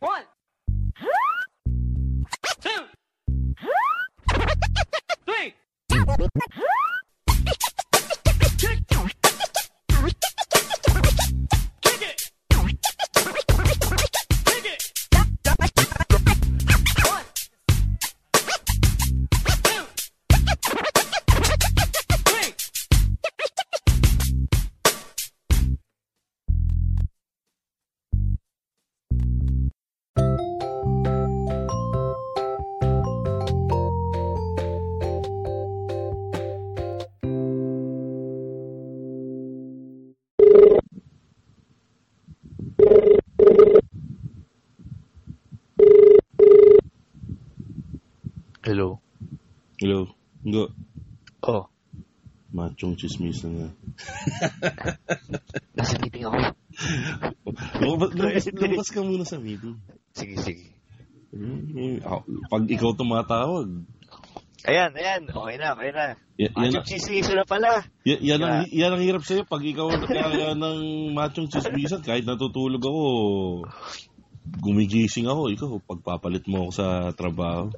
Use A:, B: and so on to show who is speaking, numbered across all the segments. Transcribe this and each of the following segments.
A: One, two, three. Kick, kick it, kick it. One, two, three.
B: Hello.
C: Hello. Go.
B: Oh,
C: Machong chismis na nga.
B: nasa meeting ako.
C: Lumabas, lumabas, lumabas ka muna sa meeting.
B: Sige, sige.
C: Eh, ah, Pag ikaw tumatawag,
B: Ayan, ayan. Okay na, okay na.
C: y- yan,
B: Machong chismiso na pala.
C: y- yan, ang, yan ang hirap sa'yo. Pag ikaw kaya ng machong chismisan, kahit natutulog ako, gumigising ako, ikaw, pagpapalit mo ako sa trabaho.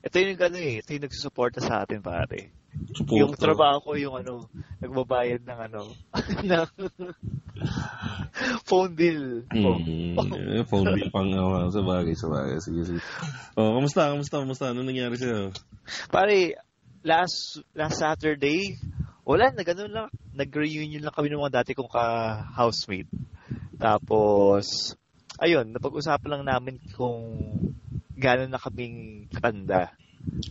B: Ito yung ano eh. Ito yung nagsusuporta sa atin, pare.
C: Support
B: Yung trabaho ko, yung ano, nagbabayad ng ano, ng phone bill. Oh.
C: Mm, eh, phone bill pang awa. Sa bagay, sa bagay. Sige, sige. Oh, kamusta, kamusta, kamusta? Ano nangyari sa'yo?
B: Pare, last last Saturday, wala, nag ano lang, nag-reunion lang kami ng mga dati kong ka-housemate. Tapos, ayun, napag-usapan lang namin kung gano'n na kaming katanda.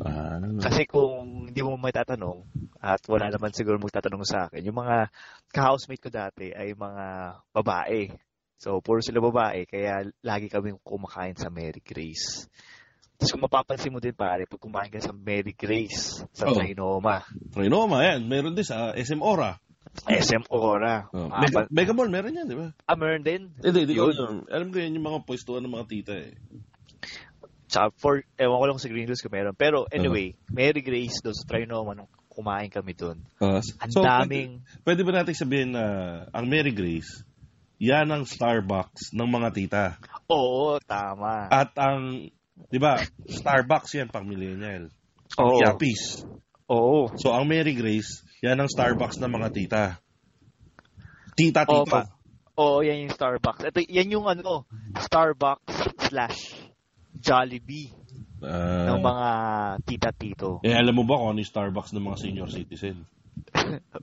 C: Ah,
B: Kasi kung hindi mo may tatanong, at wala naman siguro magtatanong sa akin, yung mga ka-housemate ko dati ay mga babae. So, puro sila babae, kaya lagi kaming kumakain sa Mary Grace. Tapos kung mapapansin mo din pare, pag kumain ka sa Mary Grace, sa
C: Oo.
B: Trinoma,
C: Trinoma, yan. Meron din sa SM Ora.
B: SM Ora,
C: Oh.
B: ah,
C: Mega,
B: pa-
C: Mega Mall, meron yan, di ba?
B: ah, meron din.
C: Hindi, hindi ko
B: Yun.
C: alam. Alam ko yan yung mga pwestuhan ng mga tita eh.
B: Tsaka for, ewan ko lang sa Green Hills kung meron. Pero
C: Oh.
B: anyway, Mary Grace doon sa Trinoma, nung kumain kami doon, ang daming...
C: Ah, Pwede, pwede ba natin sabihin na ang Mary Grace, yan ang Starbucks ng mga tita.
B: Oo, tama.
C: At ang, di ba, Starbucks yan pang millennial.
B: Oo.
C: Yapis.
B: Oo.
C: So ang Mary Grace, yan ang Starbucks ng mga tita. Tita-tita.
B: Oo, pa. Oo, yan yung Starbucks. Ito, yan yung ano, Starbucks slash Jollibee
C: Ah,
B: ng mga tita-tito.
C: eh, alam mo ba kung ano yung Starbucks ng mga senior citizen?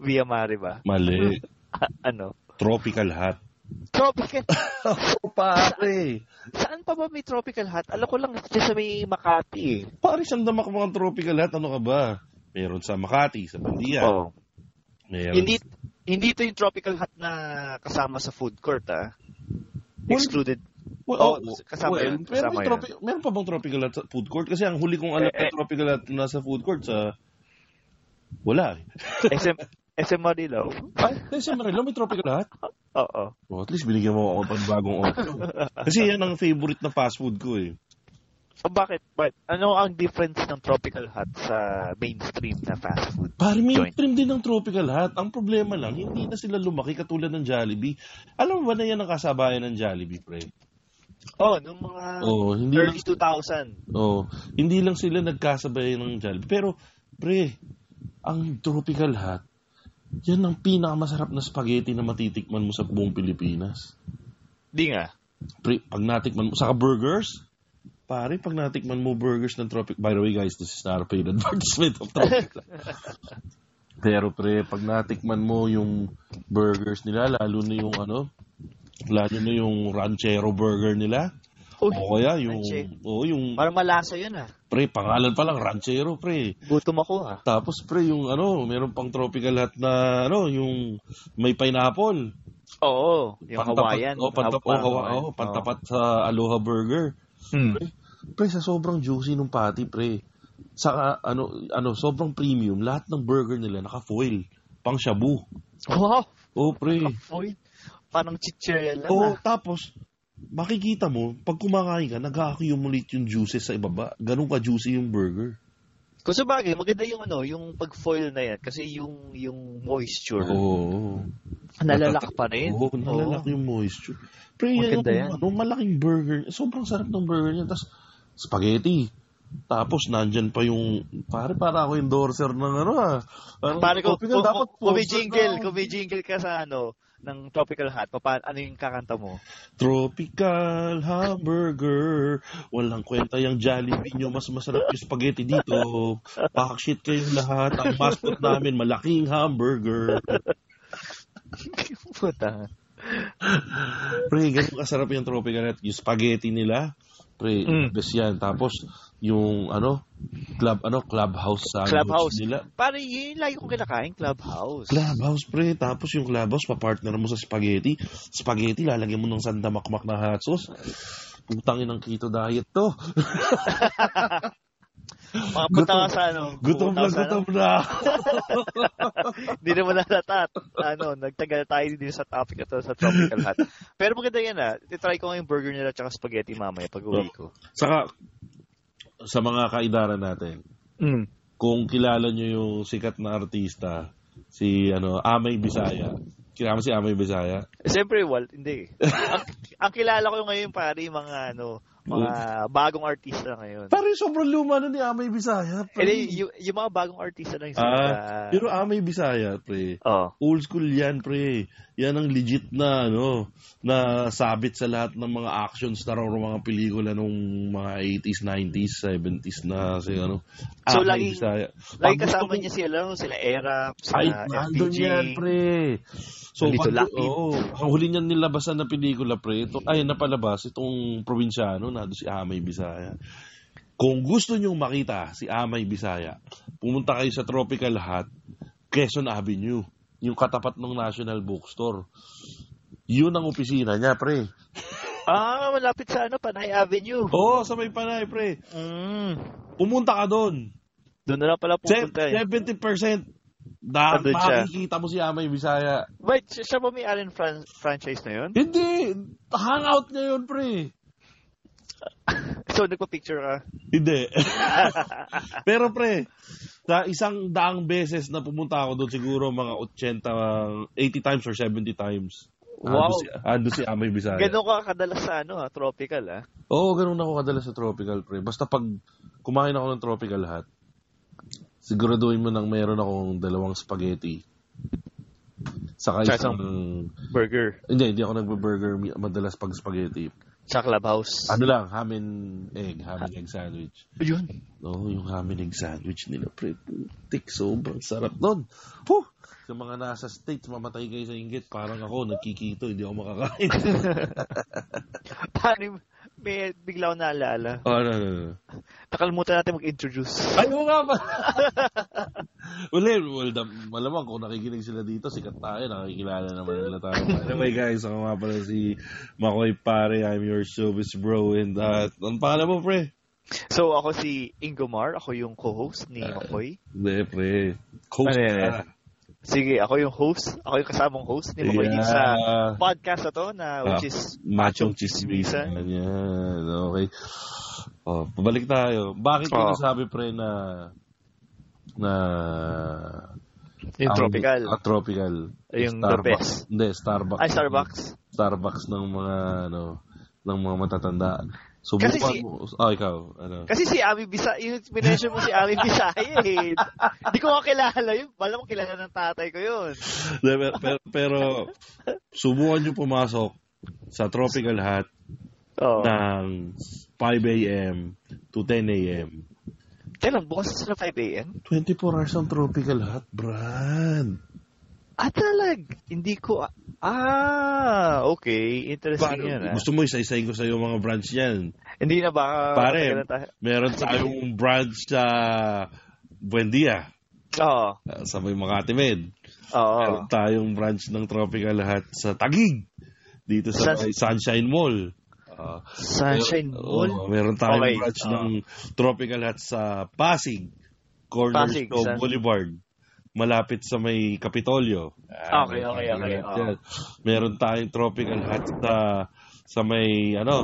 B: Via Mare ba?
C: Mali.
B: A- ano?
C: Tropical hat.
B: Tropical.
C: Oh, pare.
B: Saan pa ba may tropical hat? Alam ko lang, dyan sa may Makati eh.
C: Pare, saan damak mga tropical hat? Ano ka ba? Meron sa Makati, sa Bandia.
B: Oo.
C: Meron.
B: Hindi, hindi ito yung tropical hat na kasama sa food court ah.
C: Well,
B: Excluded.
C: Well,
B: Oh,
C: oh,
B: kasama
C: well,
B: yun,
C: meron
B: kasama
C: may
B: yun.
C: tropi- meron pa bang tropical at sa food court? Kasi ang huli kong alam
B: Eh, eh.
C: na tropical at nasa food court sa... Wala. eh.
B: SM, SM Marilao.
C: Ay, sa Marilao may tropical hat?
B: Oo.
C: Oh, at least binigyan mo ako ng bagong option. Kasi yan ang favorite na fast food ko eh.
B: So, bakit? But ano ang difference ng tropical hat sa mainstream na fast food?
C: Pare,
B: Joint.
C: mainstream din ng tropical hat. Ang problema lang, hindi na sila lumaki katulad ng Jollibee. Alam mo ba na yan ang kasabayan ng Jollibee, pre?
B: Oh, nung mga
C: Oo, hindi lang
B: early 2000.
C: Oh, hindi lang sila nagkasabay ng Jollibee. Pero, pre, ang tropical hot, yan ang pinakamasarap na spaghetti na matitikman mo sa buong Pilipinas.
B: Di nga.
C: Pre, pag natikman mo, saka burgers, pare, pag natikman mo burgers ng tropic, by the way guys, this is not a paid advertisement of tropic. Pero pre, pag natikman mo yung burgers nila, lalo na yung ano, lalo na yung ranchero burger nila, o kaya yung,
B: ranchero.
C: oh, yung
B: Parang malasa yun ah.
C: pre, pangalan pa lang, ranchero, pre.
B: Gutom ako ah. ha.
C: Tapos, pre, yung ano, meron pang tropical hat na, ano, yung may pineapple.
B: Oo, yung Hawaiian.
C: Oh, pantapat, oh,
B: Parang
C: Hawa-
B: Hawaiian.
C: oh, pantapat sa Aloha Burger.
B: Oo. Hmm.
C: Pre, sa sobrang juicy nung patty, pre. Sa, ah, ano, ano, sobrang premium. Lahat ng burger nila naka-foil. Pang shabu.
B: Wow!
C: Oh, pre.
B: Uy, parang chichirya lang oh.
C: Oo, tapos, makikita mo, pag kumakain ka, nag-accumulate yung juices sa ibaba. Ganun ka-juicy yung burger.
B: Kung sa bagay, maganda yung ano, yung pag-foil na yan. Kasi yung yung moisture,
C: Oo.
B: nalalak pa rin.
C: Oo, Oh. nalalak yung moisture. Pre,
B: Maganda
C: yan.
B: yan.
C: Ano, malaking burger. Sobrang sarap ng burger niya. Tapos, spaghetti. Tapos, nandyan pa yung, pare, para ako endorser ng ano ah. Parang
B: Pare ko,
C: tropical, dapat
B: kung may
C: poster
B: jingle,
C: na.
B: kung may jingle ka sa ano, ng Tropical Hat, papa, ano yung kakanta mo?
C: Tropical hamburger. Walang kwenta yung Jollibee nyo. Mas masarap yung spaghetti dito. Pack shit kayong lahat. Ang mascot namin, malaking hamburger.
B: Puta.
C: Pre, ganun kasarap yung tropical at yung spaghetti nila. Pre,
B: Mm.
C: best yan. Tapos, yung ano, club, ano, clubhouse sandwich
B: Clubhouse.
C: nila.
B: Pare, yun yung lagi kong kinakain, Clubhouse.
C: Clubhouse, pre. Tapos yung clubhouse, papartner mo sa spaghetti. Spaghetti, lalagyan mo ng sandamakmak na hot sauce. Putangin ng keto diet to.
B: Mga punta ka sa ano.
C: Gutom
B: punta
C: na,
B: ka sa ano,
C: gutom na.
B: Hindi naman nalatat. Ano, nagtagal tayo din sa topic ito sa Tropical Hat. Pero maganda yan ah. Titry ko nga yung burger nila tsaka spaghetti mamaya pag uwi ko.
C: Saka, sa mga kaidaran natin,
B: Mm.
C: kung kilala nyo yung sikat na artista, si ano Amay Bisaya. Kilala mo si Amay Bisaya?
B: Siyempre, Walt, hindi. ang, ang kilala ko ngayon, pare, yung mga ano, mga bagong artista ngayon.
C: Pare, sobrang luma na ni Amay Bisaya.
B: Eh,
C: Pre.
B: di, yung, yung mga bagong artista na yung
C: ah, pero Amay Bisaya, pre.
B: Oh.
C: Old school yan, pre. Yan ang legit na, ano, na sabit sa lahat ng mga action star o mga pelikula nung mga 80s, 90s, 70s na, si, ano,
B: So,
C: Amay
B: lagi-
C: Bisaya.
B: Lagi
C: Pag gusto
B: kasama
C: mong-
B: niya sila, ano, sila Era,
C: Ay,
B: sila
C: nandun
B: FPG.
C: yan, pre. So,
B: Nandito
C: pag-
B: Lucky.
C: oo, ang huli niyan nilabasan na pelikula, pre, ito, ay, napalabas, itong probinsyano, nado si Amay Bisaya. Kung gusto niyong makita si Amay Bisaya, pumunta kayo sa Tropical Hut, Quezon Avenue, yung katapat ng National Bookstore. Yun ang opisina niya, pre.
B: Ah, malapit sa ano, Panay Avenue.
C: Oo, sa may panay, pre.
B: Mm.
C: Pumunta ka doon.
B: Doon na lang pala
C: Se-
B: pupunta. eh.
C: 70% na
B: Andun siya.
C: makikita mo si Amay Bisaya.
B: Wait, siya siya ba may Allen fran- franchise na yun?
C: Hindi! Hangout niya yun, pre!
B: So, nagpa-picture ka?
C: Hindi. Pero pre, sa isang daang beses na pumunta ako doon, siguro mga 80, 80 times or 70 times.
B: Wow.
C: Ando si, ando si Amay Bisaya.
B: Ganun ka kadalas sa ano, ha? tropical, ha?
C: Oo, ganun ako kadalas sa tropical, pre. Basta pag kumain ako ng tropical hot, siguraduhin mo nang meron akong dalawang spaghetti. Saka
B: Tsaka
C: isang...
B: Burger.
C: Hindi, hindi ako nagbe-burger mi- madalas pag spaghetti.
B: Sa clubhouse.
C: Ano lang, ham and egg, ham and egg sandwich.
B: Yun.
C: Oo, yung amin egg sandwich nila, pre. Putik, sobrang sarap nun. Puh! Sa mga nasa States, mamatay kayo sa inggit. Parang ako, nagkikito, hindi ako makakain.
B: Paano yung- may bigla ko naalala.
C: oh, no, no, no.
B: Nakalimutan natin mag-introduce.
C: Ay, oo nga ba? well, eh, well, dam- malamang kung nakikinig sila dito, sikat tayo, nakikilala naman nila tayo. Anyway guys, ako nga pala si Makoy Pare, I'm your showbiz bro, and uh, ang pangalan mo, pre?
B: So, ako si Ingomar. Ako yung co-host ni
C: Ah.
B: Makoy.
C: Hindi, pre. Coast
B: Ano yan,
C: ka.
B: Sige, ako yung host. Ako yung kasamang host ni Makoy dito sa
C: Yeah. Ah.
B: podcast na to na which is
C: Machong
B: Chismisa.
C: chismisan. Yan. Okay. Oh, pabalik tayo. Bakit ko
B: Oh.
C: nasabi pre na na
B: yung
C: ang-
B: tropical.
C: ah, tropical.
B: Yung the
C: Starbucks.
B: best.
C: Hindi, Starbucks.
B: Ay, Starbucks.
C: Starbucks ng mga ano ng mga matatanda.
B: Kasi
C: Subukan
B: si-
C: mo. Oh, ikaw. Ano?
B: Kasi si Ami Bisa, yung minensyon mo si Ami Bisaya eh. Hindi ko makilala yun. Wala mo kilala ng tatay ko yun.
C: Hindi, pero, pero, pero subukan nyo pumasok sa Tropical Hut
B: Oh.
C: ng 5 a.m. to 10 a.m.
B: Kailan? Bukas na sila 5 a.m.?
C: 24 hours ang tropical hot, Brad.
B: Ah, talag. Hindi ko, Ah, okay. Interesting
C: Paano-
B: yan, ah.
C: gusto mo isa-isahin ko sa iyo mga branch yan.
B: Hindi na baka...
C: Pare.
B: matagal na tayo.
C: Meron tayong branch sa Buendia,
B: Oo.
C: ah, sa may Makati Med.
B: Oo.
C: Meron tayong branch ng Tropical Hat sa Tagig. Dito sa
B: Sa-
C: may Sunshine Mall. Ah,
B: Sunshine
C: mer-
B: Mall?
C: oo, meron tayong
B: Okay,
C: branch
B: ah.
C: ng Tropical Hat sa Pasig. Corner
B: Pasig,
C: of
B: sa-
C: Boulevard. Malapit sa may Kapitolyo. Ah,
B: Okay,
C: may
B: okay,
C: Tropical
B: okay,
C: Hat
B: oo.
C: yan. Meron tayong Tropical Hat sa sa may ano,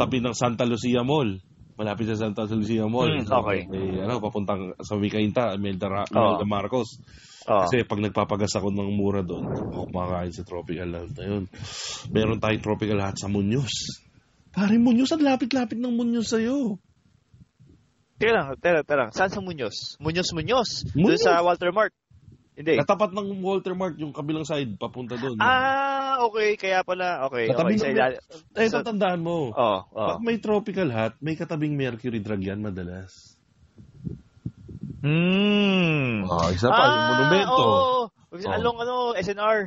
C: tabi ng Santa Lucia Mall. Malapit sa Santa Lucia
B: Hmm,
C: Mall.
B: okay.
C: May, ano, papuntang sa Wicainta, Imelda, Ra-
B: Oo.
C: Imelda Marcos.
B: Oo.
C: Kasi pag nagpapagas ako ng mura doon, ako kumakain sa tropical hat na yun. Meron tayong tropical hat sa Munyos. Pare, Munyos, ang lapit-lapit ng Munyos sa'yo.
B: Teka lang, teka, teka lang. Saan sa Muñoz? Muñoz, Muñoz. Doon
C: Muñoz.
B: sa Walter Mart. Hindi.
C: Natapat ng Walter Mart, yung kabilang side, papunta doon.
B: Ah, okay. Kaya pala, okay. okay.
C: Katabi
B: Sa
C: ng-
B: ilal-
C: eh,
B: sa-
C: tatandaan mo.
B: Oo, oo.
C: Pag may tropical hat, may katabing mercury drug yan madalas.
B: Hmm.
C: Ah, isa pa, yung monumento. Oh,
B: oo.
C: Oo.
B: Along ano, SNR.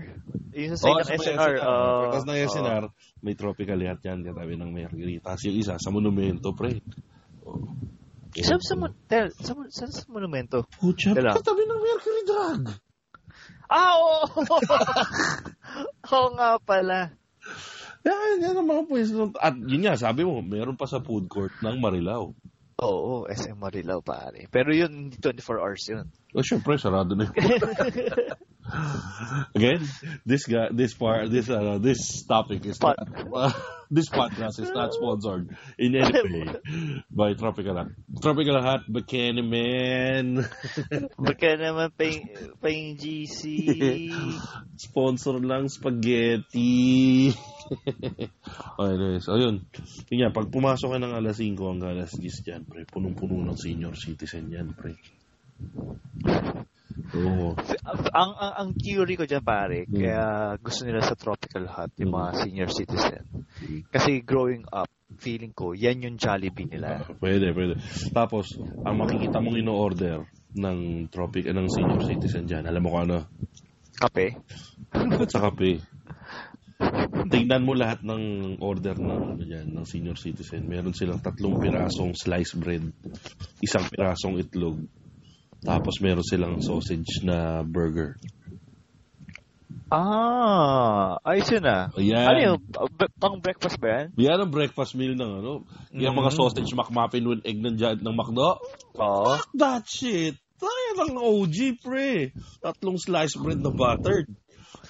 B: Yung sa side
C: Oo,
B: ng
C: sa may
B: SNR. oo.
C: Pagkas ng
B: Oo.
C: SNR, may tropical hat yan, katabi ng mercury. Tapos yung isa, sa monumento, pre. Oh.
B: Saan sa, mon- teka, sa, mon- saan sa monumento?
C: Pucha,
B: Teka lang.
C: katabi ng mercury drug.
B: Ah, oo! oo nga pala.
C: Yan, yan ang ano, mga pwesto. At yun nga, sabi mo, meron pa sa food court ng Marilao.
B: Oo, SM Marilao pare. Pero yun, hindi 24 hours yun.
C: O syempre, sarado na yun. Again, this guy, this part, this, uh, this topic is
B: Pod-
C: not, this podcast is not sponsored in any way by Tropical Hat. Tropical Hat, Bikini Man,
B: Baka naman pa yung, pa yung GC.
C: sponsor lang spaghetti. oh, anyways, oh yun. Yun nga, pag pumasok ka ng alas 5 hanggang alas 10 dyan, pre, punong-puno ng senior citizen yan, pre. Oo.
B: ang, ang, ang theory ko dyan pare, kaya gusto nila sa tropical hut, yung mga senior citizen. Kasi growing up, feeling ko, yan yung Jollibee nila.
C: Pwede, pwede. Tapos, ang makikita mong ino-order ng tropic, eh, ng senior citizen dyan, alam mo kung ano,
B: Kape.
C: at sa kape. eh. Tingnan mo lahat ng order ng, ano dyan, ng senior citizen. Meron silang tatlong pirasong sliced bread, isang pirasong itlog, tapos meron silang sausage na burger.
B: Ah, ayos yun ah.
C: Ayan.
B: Ano yun? B- pang breakfast ba yan?
C: Yan ang breakfast meal ng ano. Yung mga
B: Mhm.
C: sausage McMuffin with egg ng, ng McDo.
B: Oo.
C: Fuck that shit. Tayo lang ng OG, pre. Tatlong sliced bread na buttered.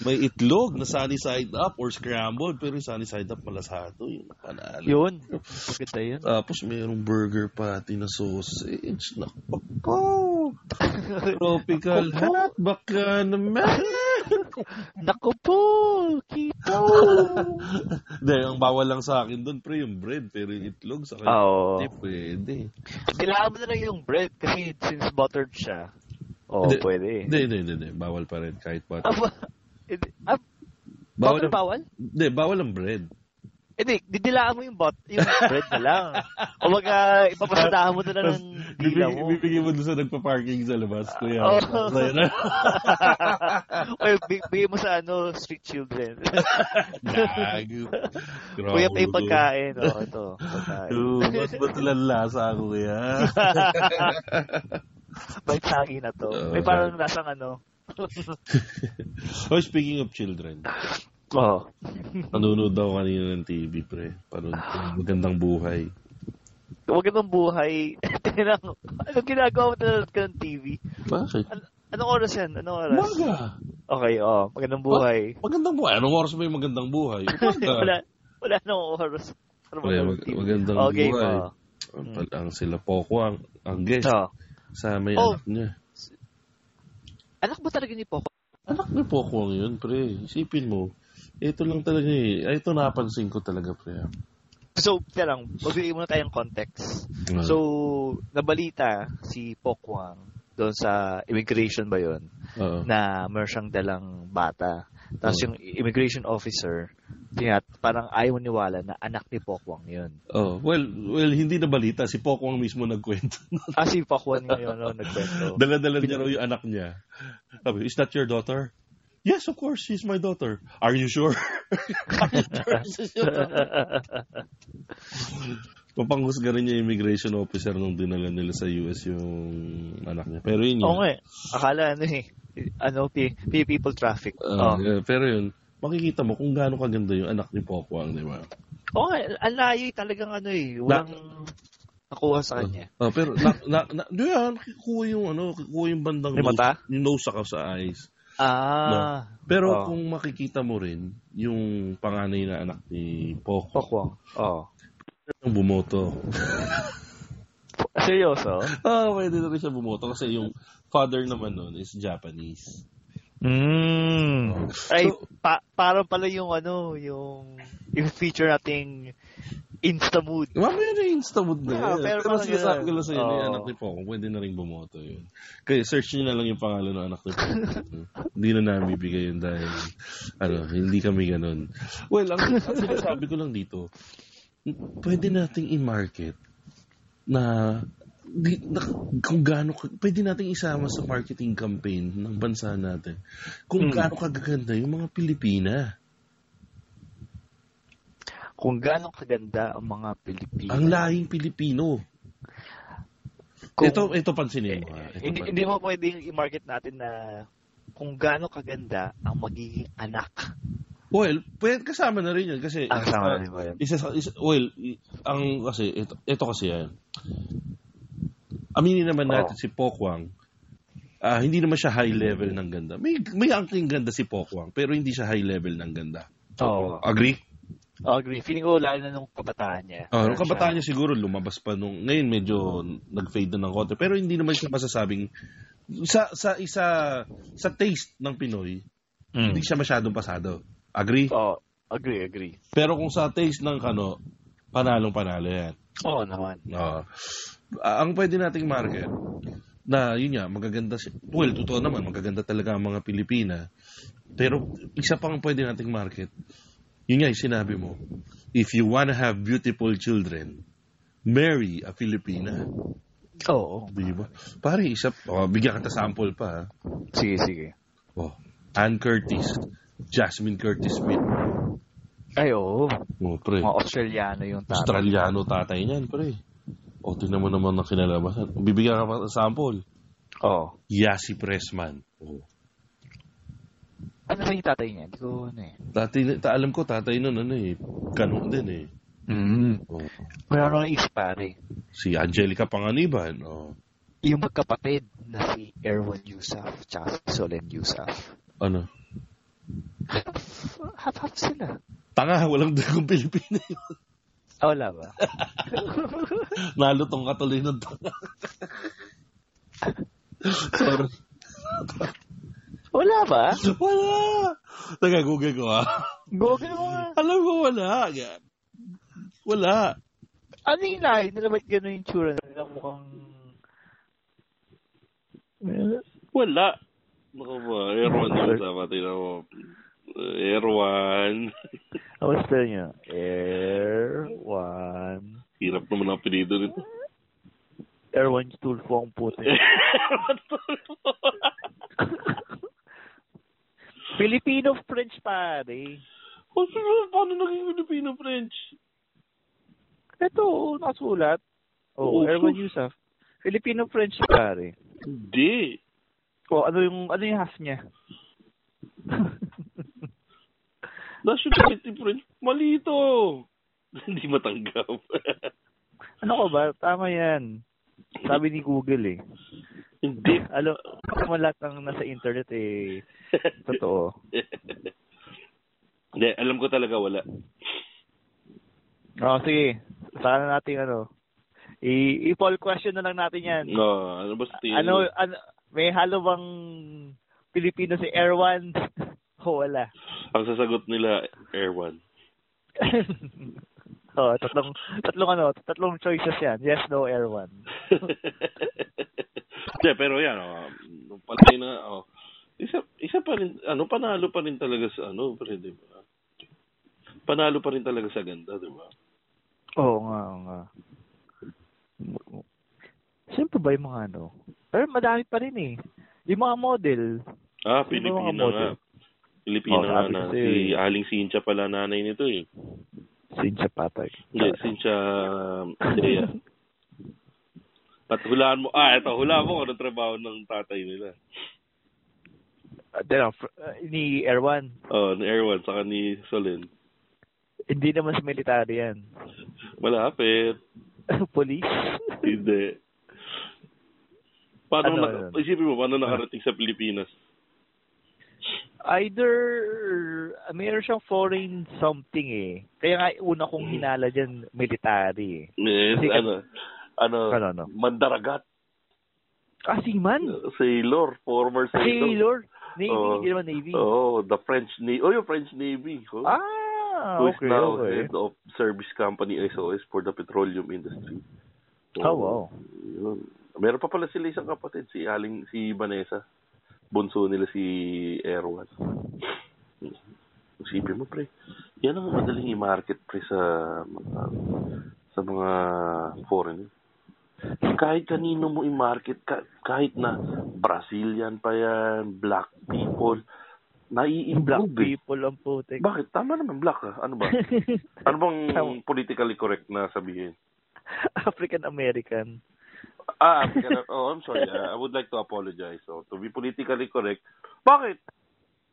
C: May itlog na sunny side up or scrambled, pero yung sunny side up malasado. Yung panalo.
B: Yun. Maganda yun.
C: Tapos mayroong burger patty na sausage. Nakapako! Tropical hat, baka naman!
B: Naku po! Kita!
C: Hindi, ang bawal lang sa akin doon, pre, yung bread. Pero yung itlog sa kanya,
B: Oo.
C: hindi pwede.
B: Kailangan mo na lang yung bread kasi since buttered siya. Oo,
C: Hindi,
B: pwede.
C: Hindi, hindi, hindi, hindi. Bawal pa rin kahit pa.
B: Ah, ba- hindi- ah,
C: Bawal
B: bawal,
C: ang-
B: bawal?
C: Hindi, bawal ang bread.
B: Hindi, didilaan mo yung, bot, yung bread na lang. O baga, ipapasadahan mo na lang ng dila
C: Bibig-
B: mo.
C: Bibigyan mo doon sa nagpa-parking sa labas, kuya.
B: Oo.
C: Sa'yo na.
B: o bi- bigay mo sa ano, street children.
C: Gago.
B: Kuya, pay
C: Grabe.
B: pagkain. oh. Oo, ito. Pagkain.
C: Oo, mas matulan lasa ako, kuya.
B: May tangi na to.
C: Oo,
B: May parang lasang ano.
C: oh, speaking of children,
B: Oo.
C: nanonood daw kanina ng TV, pre. Panood ko, magandang buhay.
B: Huwag ganun buhay. Tinang, ano ginagawa mo talaga ka ng TV?
C: Bakit?
B: Anong oras yan? Anong oras?
C: Umaga.
B: Okay, oo. Magandang buhay.
C: Magandang buhay. Anong oras ba yung magandang buhay?
B: wala,
C: Umaga.
B: wala nang oras. Ano Para
C: Pre,
B: manood
C: mag-
B: ng TV.
C: magandang
B: Oo, game,
C: buhay.
B: oo.
C: Ang, ang sila Poco ang, ang guest
B: Oo.
C: sa may
B: Oh.
C: anak niya.
B: Anak ba talaga ni Poco?
C: Anak ni Poco ang yun, pre. Isipin mo. Ito lang talaga eh. Ay, Ito napansin ko talaga, pre. Ah.
B: So, teka lang, magbigay muna tayong context.
C: Mm.
B: So, nabalita si Pokwang doon sa immigration ba yun,
C: Oo.
B: na meron siyang dalang bata. Tapos
C: Mm.
B: yung immigration officer, tinat, parang ayaw niwala na anak ni Pokwang yun.
C: Oh, well, well hindi na balita. Si Poco ang mismo nagkwento.
B: Ah, si Pokwang ngayon, no, nagkwento.
C: Dala-dala niya raw yung anak niya. Sabi, is that your daughter? Yes, of course, she's my daughter. Are you sure? Are you sure she's your
B: Ah,
C: daughter? Papanghusga rin yung immigration officer nung dinala nila sa US yung anak niya. Pero yun yun.
B: Oo nga eh. Akala ano eh. Ano, P- P- people traffic. Oh.
C: Ah,
B: Oo.
C: eh, pero yun, makikita mo kung gaano kaganda yung anak ni Pokwang, di ba?
B: Oo nga, ang layo eh, talagang ano eh. Walang nakuha sa kanya.
C: Ah, pero, na, na, na, di ba, nakikuha yung, ano, kukuha yung bandang
B: Yung mata?
C: nose, yung nose saka sa eyes.
B: Ah,
C: Pero
B: Oo.
C: kung makikita mo rin, yung panganay na anak ni Pokwang,
B: pokwang. Oo.
C: yung bumoto.
B: Seryoso?
C: Ah, pwede na rin siya bumoto kasi yung father naman nun is Japanese.
B: Mm. Ay,
C: So-
B: pa- parang pala yung ano, yung, yung feature nating Instamood.
C: Mamaya na instawood na
B: Ah,
C: yun.
B: pero
C: Pero,
B: parang
C: sinasabi ko
B: ganun.
C: lang sa inyo, yung
B: Oo.
C: anak ni Poco, pwede na rin bumoto yun. Kaya search nyo na lang yung pangalan ng anak ni Poco. hindi na namin bibigay yun dahil, ano, hindi kami ganun. Well, ang, ang sinasabi ko lang dito, pwede nating i-market na di, na kung gaano ka- pwede nating isama sa marketing campaign ng bansa natin
B: Hmm.
C: kung gaano kagaganda yung mga Pilipina.
B: Kung gaano kaganda ang mga Pilipino.
C: Ang lahing Pilipino.
B: Kung- Eh,
C: ito, ito pansinin mo. ha? Ito
B: hindi,
C: pan-
B: hindi mo pwedeng i-market natin na kung gaano kaganda ang magiging anak.
C: Well, pwede kasama na rin yun kasi ah,
B: Ang Ah, kasama na rin ba yun?
C: isa sa- isa- well, i- ang kasi ito, ito kasi yan. Aminin naman natin
B: Oo.
C: si Pokwang. ah, hindi naman siya high level ng ganda. May may angking ganda si Pokwang, pero hindi siya high level ng ganda.
B: Oo.
C: Agree?
B: agree. Feeling ko lalo na nung kabataan niya.
C: Ah, nung kabataan niya siguro lumabas pa nung ngayon medyo nag-fade na ng konti pero hindi naman siya masasabing sa sa isa sa taste ng Pinoy,
B: Mm.
C: hindi siya masyadong pasado. Agree?
B: Oo, agree, agree.
C: Oh. Pero kung sa taste ng kano, panalong panalo yan.
B: Oo naman.
C: Ah, ang pwede nating market na yun nga, magaganda si Well, totoo naman, magaganda talaga ang mga Pilipina. Pero isa pang pwede nating market, yun nga yung sinabi mo, if you wanna have beautiful children, marry a Filipina.
B: Oo.
C: Di ba? Pare, isa, oh, bigyan kita sample pa. ha.
B: Sige, sige.
C: Oh, Ann Curtis, Jasmine Curtis Smith.
B: Ay, oo.
C: Oh, pre.
B: Mga Australiano yung tatay.
C: Australiano tatay niyan, pre. O, tingnan mo naman ang kinalabasan. Bibigyan ka pa ng sample.
B: Oo.
C: Yasi Pressman. Oh.
B: Ano ba yung tatay niya? Hindi ko ano eh.
C: Dati, ta, alam ko, tatay nun, ano eh, kanon din eh.
B: Mm.
C: Oh.
B: Wala nang isip pare.
C: Si Angelica Panganiban. Oh.
B: Yung magkapatid na si Erwin Yusuf tsaka si Solen Yusuf.
C: Ano?
B: Half-half sila.
C: Tanga, walang dagong Pilipina yun.
B: Ah, wala ba?
C: Nalutong katuloy ng tanga. Sorry.
B: wala ba?
C: Wala! Taga, google ko ha.
B: Google mo nga.
C: Alam ko, wala. Wala.
B: Ano yung lahi nila? Ba't gano'n yung tsura nila? Mukhang...
C: Wala. Naku ba, Erwan yung tama, tingnan mo. Erwan.
B: Ano ba spell niya? Air... One...
C: Hirap naman ang apelido nito.
B: Erwan Tulfo ang puti.
C: Erwan Tulfo.
B: Filipino-French pare.
C: Oh, siguro, paano naging Filipino-French?
B: Ito, nakasulat. Oh,
C: Oo.
B: Erwan Yusuf. Filipino-French pare.
C: Hindi.
B: O, ano yung, ano yung half niya?
C: Nationality French. Mali ito. Hindi matanggap.
B: ano ko ba? Tama yan. Sabi ni Google eh.
C: Hindi.
B: Alam, naman lahat ng nasa internet eh. Totoo.
C: Hindi, alam ko talaga wala.
B: O, Oh, sige. Sana natin ano. I- i-poll question na lang natin yan.
C: No, ano ba sa tingin
B: Ano,
C: mo?
B: ano, may halo bang Pilipino si Erwan? o wala.
C: Ang sasagot nila, Erwan.
B: oh, tatlong tatlong ano, tatlong choices 'yan. Yes, no, Erwan.
C: Hindi, pero yan, oh, nung patay na, oh, isa, isa pa rin, ano, panalo pa rin talaga sa, ano, pre, di ba? Panalo pa rin talaga sa ganda, di ba?
B: Oo nga, oo nga. Sino pa ba yung mga ano? Pero madami pa rin eh. Yung mga model.
C: Ah,
B: Yung mga
C: Pilipina
B: model.
C: nga. Filipino
B: Oh,
C: nga
B: sabi
C: na.
B: kasi-
C: Si Aling Sincha pala nanay nito eh.
B: Sincha patay.
C: Hindi, Sincha um, Andrea. Pat hulaan mo. Ah, eto, hulaan mo kung anong trabaho ng tatay nila.
B: Ah, teka, fr- ah, ni Erwan,
C: Oh, ni Erwan, saka ni Solin.
B: hindi naman sa military yan.
C: Malapit.
B: Police.
C: Hindi.
B: Ano
C: Paano naka-
B: yun?
C: isipin mo, paano nakarating sa Pilipinas?
B: Either, ah, mayroon siyang foreign something eh. Kaya nga, una kong
C: Hmm.
B: hinala dyan, military eh.
C: Yes,
B: Kasi-
C: ano, ano,
B: Ano, ano?
C: Mandaragat,
B: Ah, seaman?
C: sailor, former sailor.
B: Sailor? Navy,
C: Oo.
B: hindi naman Navy.
C: Oh, the French Navy. Oh, yung French Navy. Oh,
B: Ah,
C: who is
B: okay,
C: now
B: okay.
C: head of service company SOS for the petroleum industry. eh.
B: Oh, wow.
C: Yun. Meron pa pala sila isang kapatid, si Aling, si Vanessa. Bunso nila si Erwan. Isipin mo, pre. Yan ang madaling i-market, pre, sa mga, sa mga foreign. Kahit kanino mo i-market, ka- kahit na Brazilian pa yan, black people,
B: Black
C: nai-improve. eh.
B: people ang putik.
C: Bakit? Tama naman, black ah. Ano ba? Ano bang
B: Tama.
C: politically correct na sabihin?
B: African American.
C: Ah, I'm gonna- oh, I'm sorry. Uh, I would like to apologize. So, to be politically correct, bakit?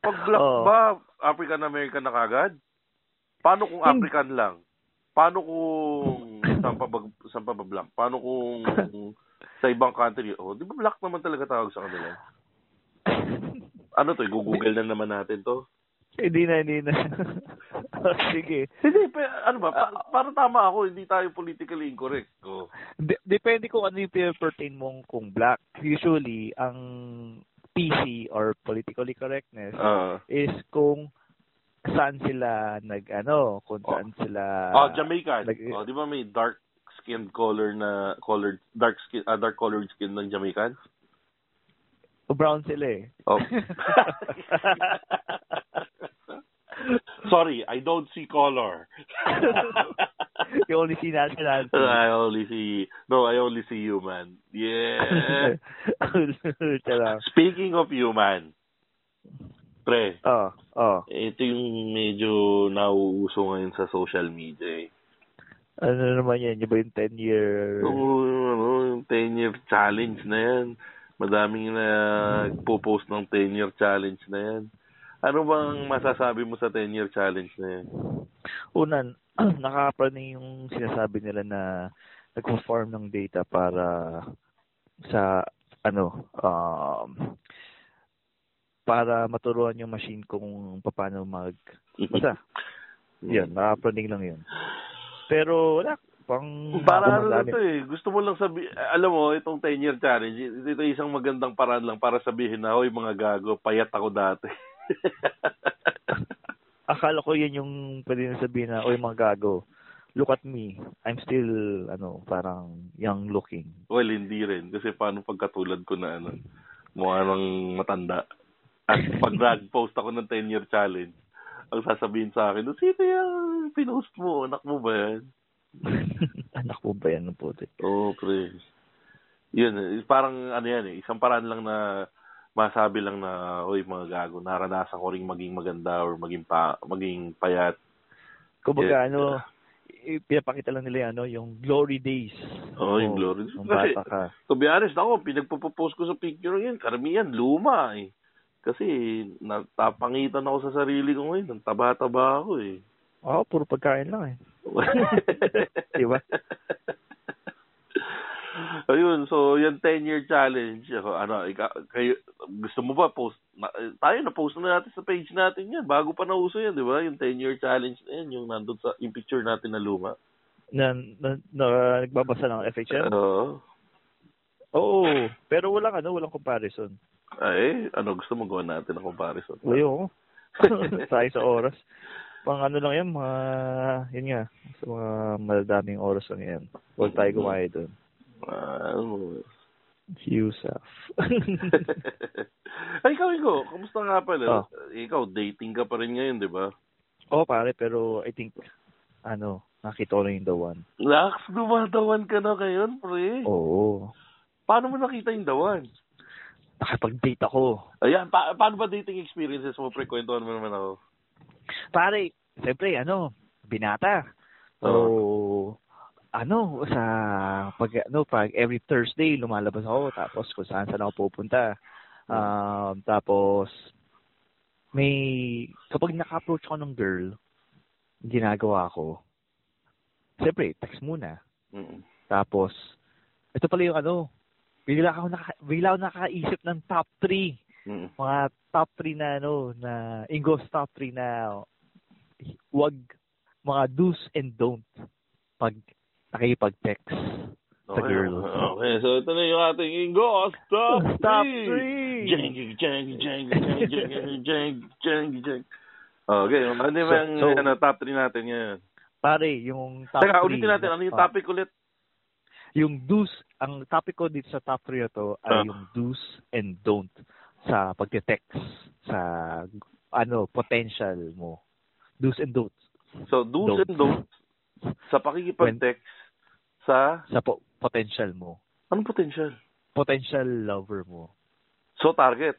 C: Pag black
B: Oo.
C: ba, African-American na kagad? Paano kung
B: Hin-
C: African lang? Paano kung saan pa ba, saan pa ba black? Paano kung sa ibang country? Oh, di ba black naman talaga tawag sa kanila? Ano to? Google na naman natin to.
B: Hindi na, hindi na. Oh, Sige.
C: Hindi, pa, ano ba? Pa, parang tama ako. Hindi tayo politically incorrect. Oh.
B: De- depende kung ano yung pinappertain mong kung black. Usually, ang PC or politically correctness
C: Ah.
B: is kung saan sila nag ano, kung
C: Oh.
B: saan sila
C: Oh, Jamaican.
B: Ah, like-
C: oh, di ba may dark skinned color na colored dark skin ah, dark colored skin ng Jamaican?
B: brown sila eh.
C: Oh. Sorry, I don't see color.
B: you only see nationality.
C: I only see no, I only see human. Yeah.
B: Tara.
C: Speaking of human, pre,
B: oh, oh.
C: ito yung medyo nauuso ngayon sa social media. Eh.
B: Ano naman yan? Yung ba yung 10-year...
C: Oo, yung ano, yung 10-year challenge na yan. Madaming nagpo-post ng 10-year challenge na yan. Ano bang masasabi mo sa 10-year challenge na yan?
B: Una, nakakapal na yung sinasabi nila na nagpo-form ng data para sa ano um, para maturuan yung machine kung paano mag basta yun nakaplaning lang yun pero wala pang
C: Para ano na
B: dumadami.
C: to eh. Gusto mo lang sabi, alam mo, itong 10-year challenge, ito ito isang magandang paraan lang para sabihin na, hoy mga gago, payat ako dati.
B: akala ko yun yung pwede na sabihin na oy mga gago look at me I'm still ano parang young looking
C: well, hindi rin. Kasi paano pagkatulad ko na ano, mukha ng matanda. At pag drag post ako ng 10-year challenge, ang sasabihin sa akin, sino yung pinost mo? Anak mo ba yan?
B: anak mo ba yan ng putik
C: Oo, pre. Oh, Yun, eh, parang ano yan eh, isang paraan lang na masabi lang na, oy mga gago, naranasan ko rin maging maganda or maging, pa, maging payat.
B: Kumbaga,
C: Yeah.
B: ano, i- pinapakita lang nila yung, ano, yung glory days.
C: Oo, Oh, yung glory days.
B: days. Nung bata ka.
C: To be honest, ako, pinagpapopost ko sa picture ngayon, karamihan, luma eh. Kasi natapangitan ako sa sarili ko ngayon, ang taba-taba ako eh.
B: Oo, puro pagkain lang eh. Diba? Di ba?
C: Ayun, so yung 10-year challenge, ako, ano, ika- kayo, gusto mo ba post? Na, eh, tayo na post na natin sa page natin 'yan. Bago pa nauso 'yan, 'di ba? Yung 10-year challenge na 'yan, yung nandun sa yung picture natin na luma.
B: Na, na, na, nagbabasa ng
C: Ano?
B: FHM.
C: Oo.
B: Oo, pero walang ano, walang comparison.
C: Ay, ano gusto mo gawa natin ng comparison?
B: Ayoko. Tayo sa oras. Pang ano lang yan, mga, yun nga, sa mga maladaming oras lang yan. Huwag tayo
C: Mm-hmm.
B: gumaya doon.
C: Ah, ano.
B: Yusaf.
C: Ay, ikaw, ikaw, kamusta nga pala?
B: Oh.
C: Ikaw, dating ka pa rin ngayon, di ba?
B: Oo, pare, pero I think, ano, nakita ko na yung the one.
C: Lax, Hmm.
B: Oh.
C: dumadawan ka na ngayon, pre.
B: Oo.
C: Paano mo nakita yung dawan?
B: nakapag-date ako.
C: Ayan, pa- paano ba dating experiences mo? Pre, kwentuhan mo naman ako.
B: Pare, siyempre, ano, binata. So, ano, sa, pag, ano, pag every Thursday, lumalabas ako, tapos kung saan saan ako pupunta. Um, tapos, may, kapag naka-approach ako ng girl, ginagawa ko, siyempre, text muna.
C: Mm.
B: Tapos, ito pala yung ano, bigla ako, naka, bigla ako nakaisip ng top 3
C: Mm.
B: mga top 3 na ano na Ingo's top 3 na wag mga do's and don't pag nakikipag-text sa
C: Okay,
B: girl.
C: okay, Oh, so ito na yung ating Ingos Top 3!
B: top
C: Jeng,
B: 3!
C: jeng, jeng, jeng, jeng, jeng, jeng, jeng, jeng, jeng. Okay, ano
B: So-
C: ba yung
B: so-
C: ano, top 3 natin ngayon?
B: Pare, yung top
C: Teka,
B: three-
C: ulitin natin. Ano yung
B: Ah,
C: topic ulit?
B: yung do's, ang topic ko dito sa top 3 na to ay
C: Ah.
B: yung do's and don't sa pagte-text sa ano potential mo. Do's and don'ts
C: So,
B: Don't.
C: do's and don'ts sa pakikipag-text sa
B: sa po- potential mo.
C: anong potential?
B: Potential lover mo.
C: So, target.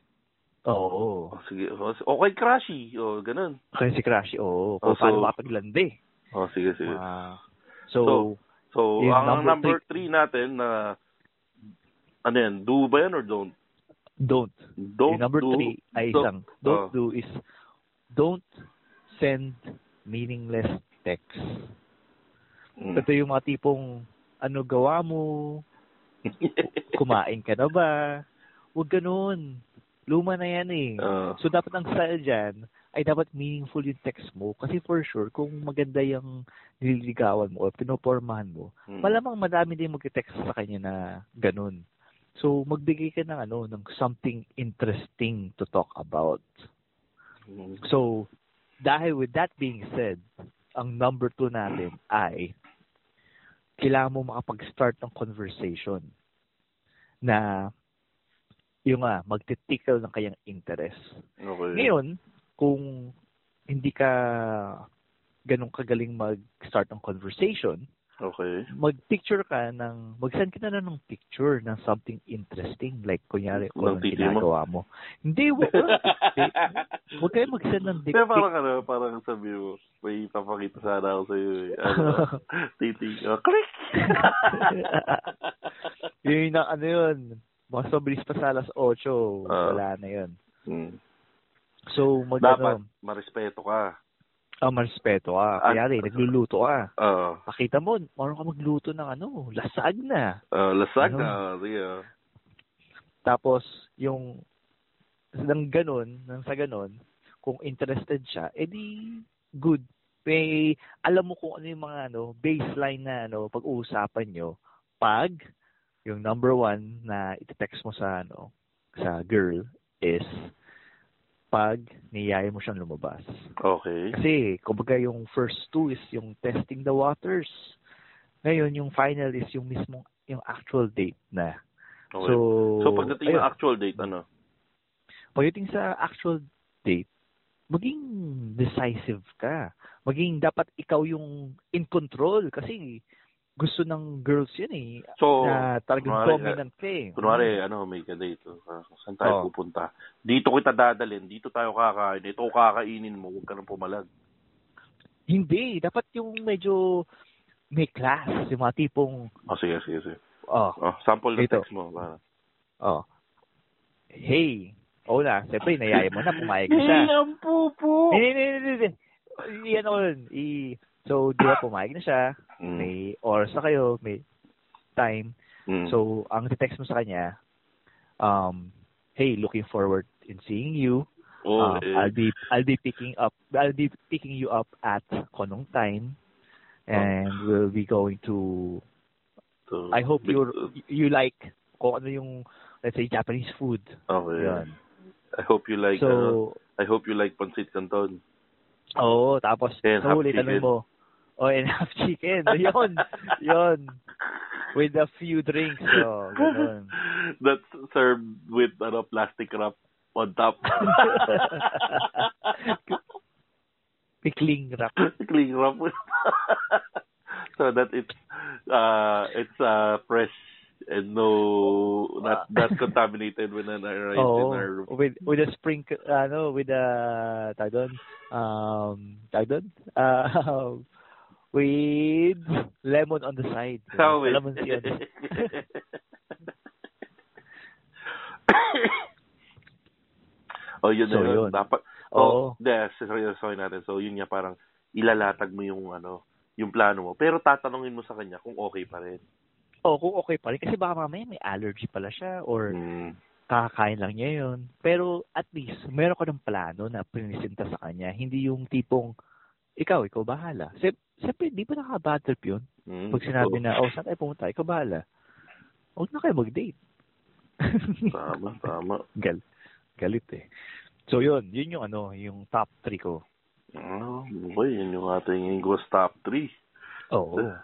B: Oo.
C: Oh, sige. O, s- Okay, crashy. O, ganun.
B: Kaya si Crash, oo.
C: Oh,
B: Kung
C: so-
B: paano makapaglandi.
C: O, sige, sige.
B: Ah, so,
C: So, So,
B: Yung
C: ang
B: number
C: number 3 natin na ano yan, do ba yan or don't?
B: don't.
C: Don't
B: Yung number
C: do.
B: three ay
C: don't-
B: isang. Don't
C: Oh.
B: do is don't send meaningless text.
C: Mm.
B: Ito yung mga tipong ano gawa mo, kumain ka na ba? Huwag ganun. Luma na yan eh.
C: Ah.
B: So, dapat ang style dyan ay dapat meaningful yung text mo. Kasi for sure, kung maganda yung nililigawan mo o pinopormahan mo,
C: Mm.
B: malamang madami din mag-text sa kanya na ganun. So, magbigay ka ng ano, ng something interesting to talk about.
C: Mm.
B: So, dahil with that being said, ang number two natin ay kailangan mo makapag-start ng conversation na yung nga, magtitickle ng kayang interest.
C: Okay.
B: Ngayon, kung hindi ka ganun kagaling mag-start ng conversation,
C: Okay.
B: mag-picture ka ng, mag-send ka na lang ng picture ng something interesting. Like, kunyari, kung
C: Ng
B: anong
C: titi mo?
B: ginagawa mo. Hindi, wag, wag kayo mag-send ng dick
C: Kaya
B: pic.
C: parang ano, parang sabi mo, may papakita sana ako sa'yo eh. Ano, titi. Oh, click!
B: Yun na, ano yun. Baka sobrang pa sa alas 8,
C: Ah.
B: wala na yun.
C: Mm.
B: So, mag,
C: Dapat,
B: ano,
C: marespeto ka.
B: ah, marespeto ka.
C: Ah,
B: Kunyari, nagluluto ka.
C: Oo.
B: Pakita mo, marunong ka magluto ng ano, lasag na.
C: Uh, lasag
B: Ano?
C: na. Sige. ah.
B: Tapos, yung, nang ganun, nang sa ganun, kung interested siya, edi, good. May, alam mo kung ano yung mga, ano, baseline na, ano, pag-uusapan nyo, pag, yung number one na iti-text mo sa, ano, sa girl, is, pag niyaya mo siyang lumabas.
C: Okay.
B: Kasi, kumbaga yung first two is yung testing the waters. Ngayon, yung final is yung mismo, yung actual date na.
C: okay.
B: So,
C: So, pagdating ng
B: ayun.
C: actual date, ano?
B: pagdating sa actual date, maging decisive ka. Maging dapat ikaw yung in control kasi gusto ng girls yun eh.
C: So,
B: na Oh. talagang
C: kunwari,
B: dominant ka eh.
C: Kunwari, ano, may ka date. ah, saan tayo
B: Oo.
C: pupunta? Dito kita dadalhin. Dito tayo kakain. Ito kakainin mo. Huwag ka nang pumalag.
B: Hindi. Dapat yung medyo may class. Yung mga tipong,
C: Oh, sige, sige, sige.
B: oh,
C: Oh, sample ng
B: Dito.
C: text mo. Para.
B: oh, hey, o na, siyempre, nayaya mo na, pumayag ka siya.
C: ang pupo!
B: Hindi, hindi, hindi, hindi. Iyan ako yun. I, so, di ba, pumayag na siya.
C: Mm.
B: May oras na kayo, may time.
C: Mm.
B: So, ang text mo sa kanya, um, hey, looking forward in seeing you. Um,
C: oh, eh,
B: I'll be I'll be picking up I'll be picking you up at konong time
C: Oh.
B: and we'll be going to
C: to-
B: I hope
C: big- uh,
B: you you like kung ano yung let's say Japanese food.
C: Okay.
B: Yun.
C: I hope you like, ano,
B: So,
C: I hope you like pancit canton.
B: oo, tapos
C: And
B: sa
C: half
B: huli tanong
C: chicken.
B: mo, oh, and half chicken. yun, yun. With a few drinks. So, oh, ganun.
C: That's served with, ano, plastic wrap on top.
B: Pickling wrap.
C: Cling wrap. so that it's, uh, it's, uh, fresh and no not not contaminated when it arrived in our
B: Oo. With, with a spring, ano, with a, tag doon, um, tag doon, uh, with lemon on the side.
C: Sawit.
B: Lemon tea on the
C: oh, yun na
B: So,
C: yun.
B: yun.
C: Dapat,
B: Oo.
C: oh, yes, seryosohin natin. So, yun nga parang ilalatag mo yung ano, yung plano mo. Pero tatanungin mo sa kanya kung okay pa rin.
B: Oo, kung okay pa rin. Kasi baka mamaya may allergy pala siya or
C: Mm.
B: kakakain lang niya yun. Pero at least, meron ka ng plano na pinisinta sa kanya. Hindi yung tipong, ikaw, ikaw bahala. Siyem- Siyempre, di ba nakaka-bad trip yun?
C: Mm.
B: Pag sinabi
C: Oo.
B: na, oh, saan tayo pumunta? Ikaw bahala. Huwag na kayo mag-date.
C: Tama, tama.
B: Gal galit eh. So yun, yun yung ano, yung top 3 ko.
C: Oh, boy, yun yung ating English top 3.
B: Oo.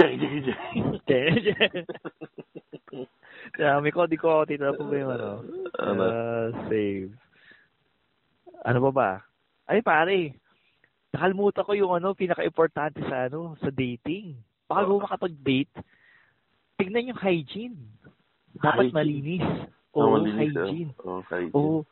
C: Jay, jay, jay.
B: Okay. Sabi ko, di Ah, ko titira po ba yung ano?
C: Ano?
B: Uh, save. Ano ba ba? Ay pare, nakalimutan ko yung ano, pinaka-importante sa ano, sa dating. Bago
C: Oo.
B: makapag-date, tignan yung hygiene. Dapat
C: Hygiene?
B: malinis.
C: Ah,
B: Oo,
C: malinis, ah.
B: hygiene.
C: Oo, hygiene.
B: Oo.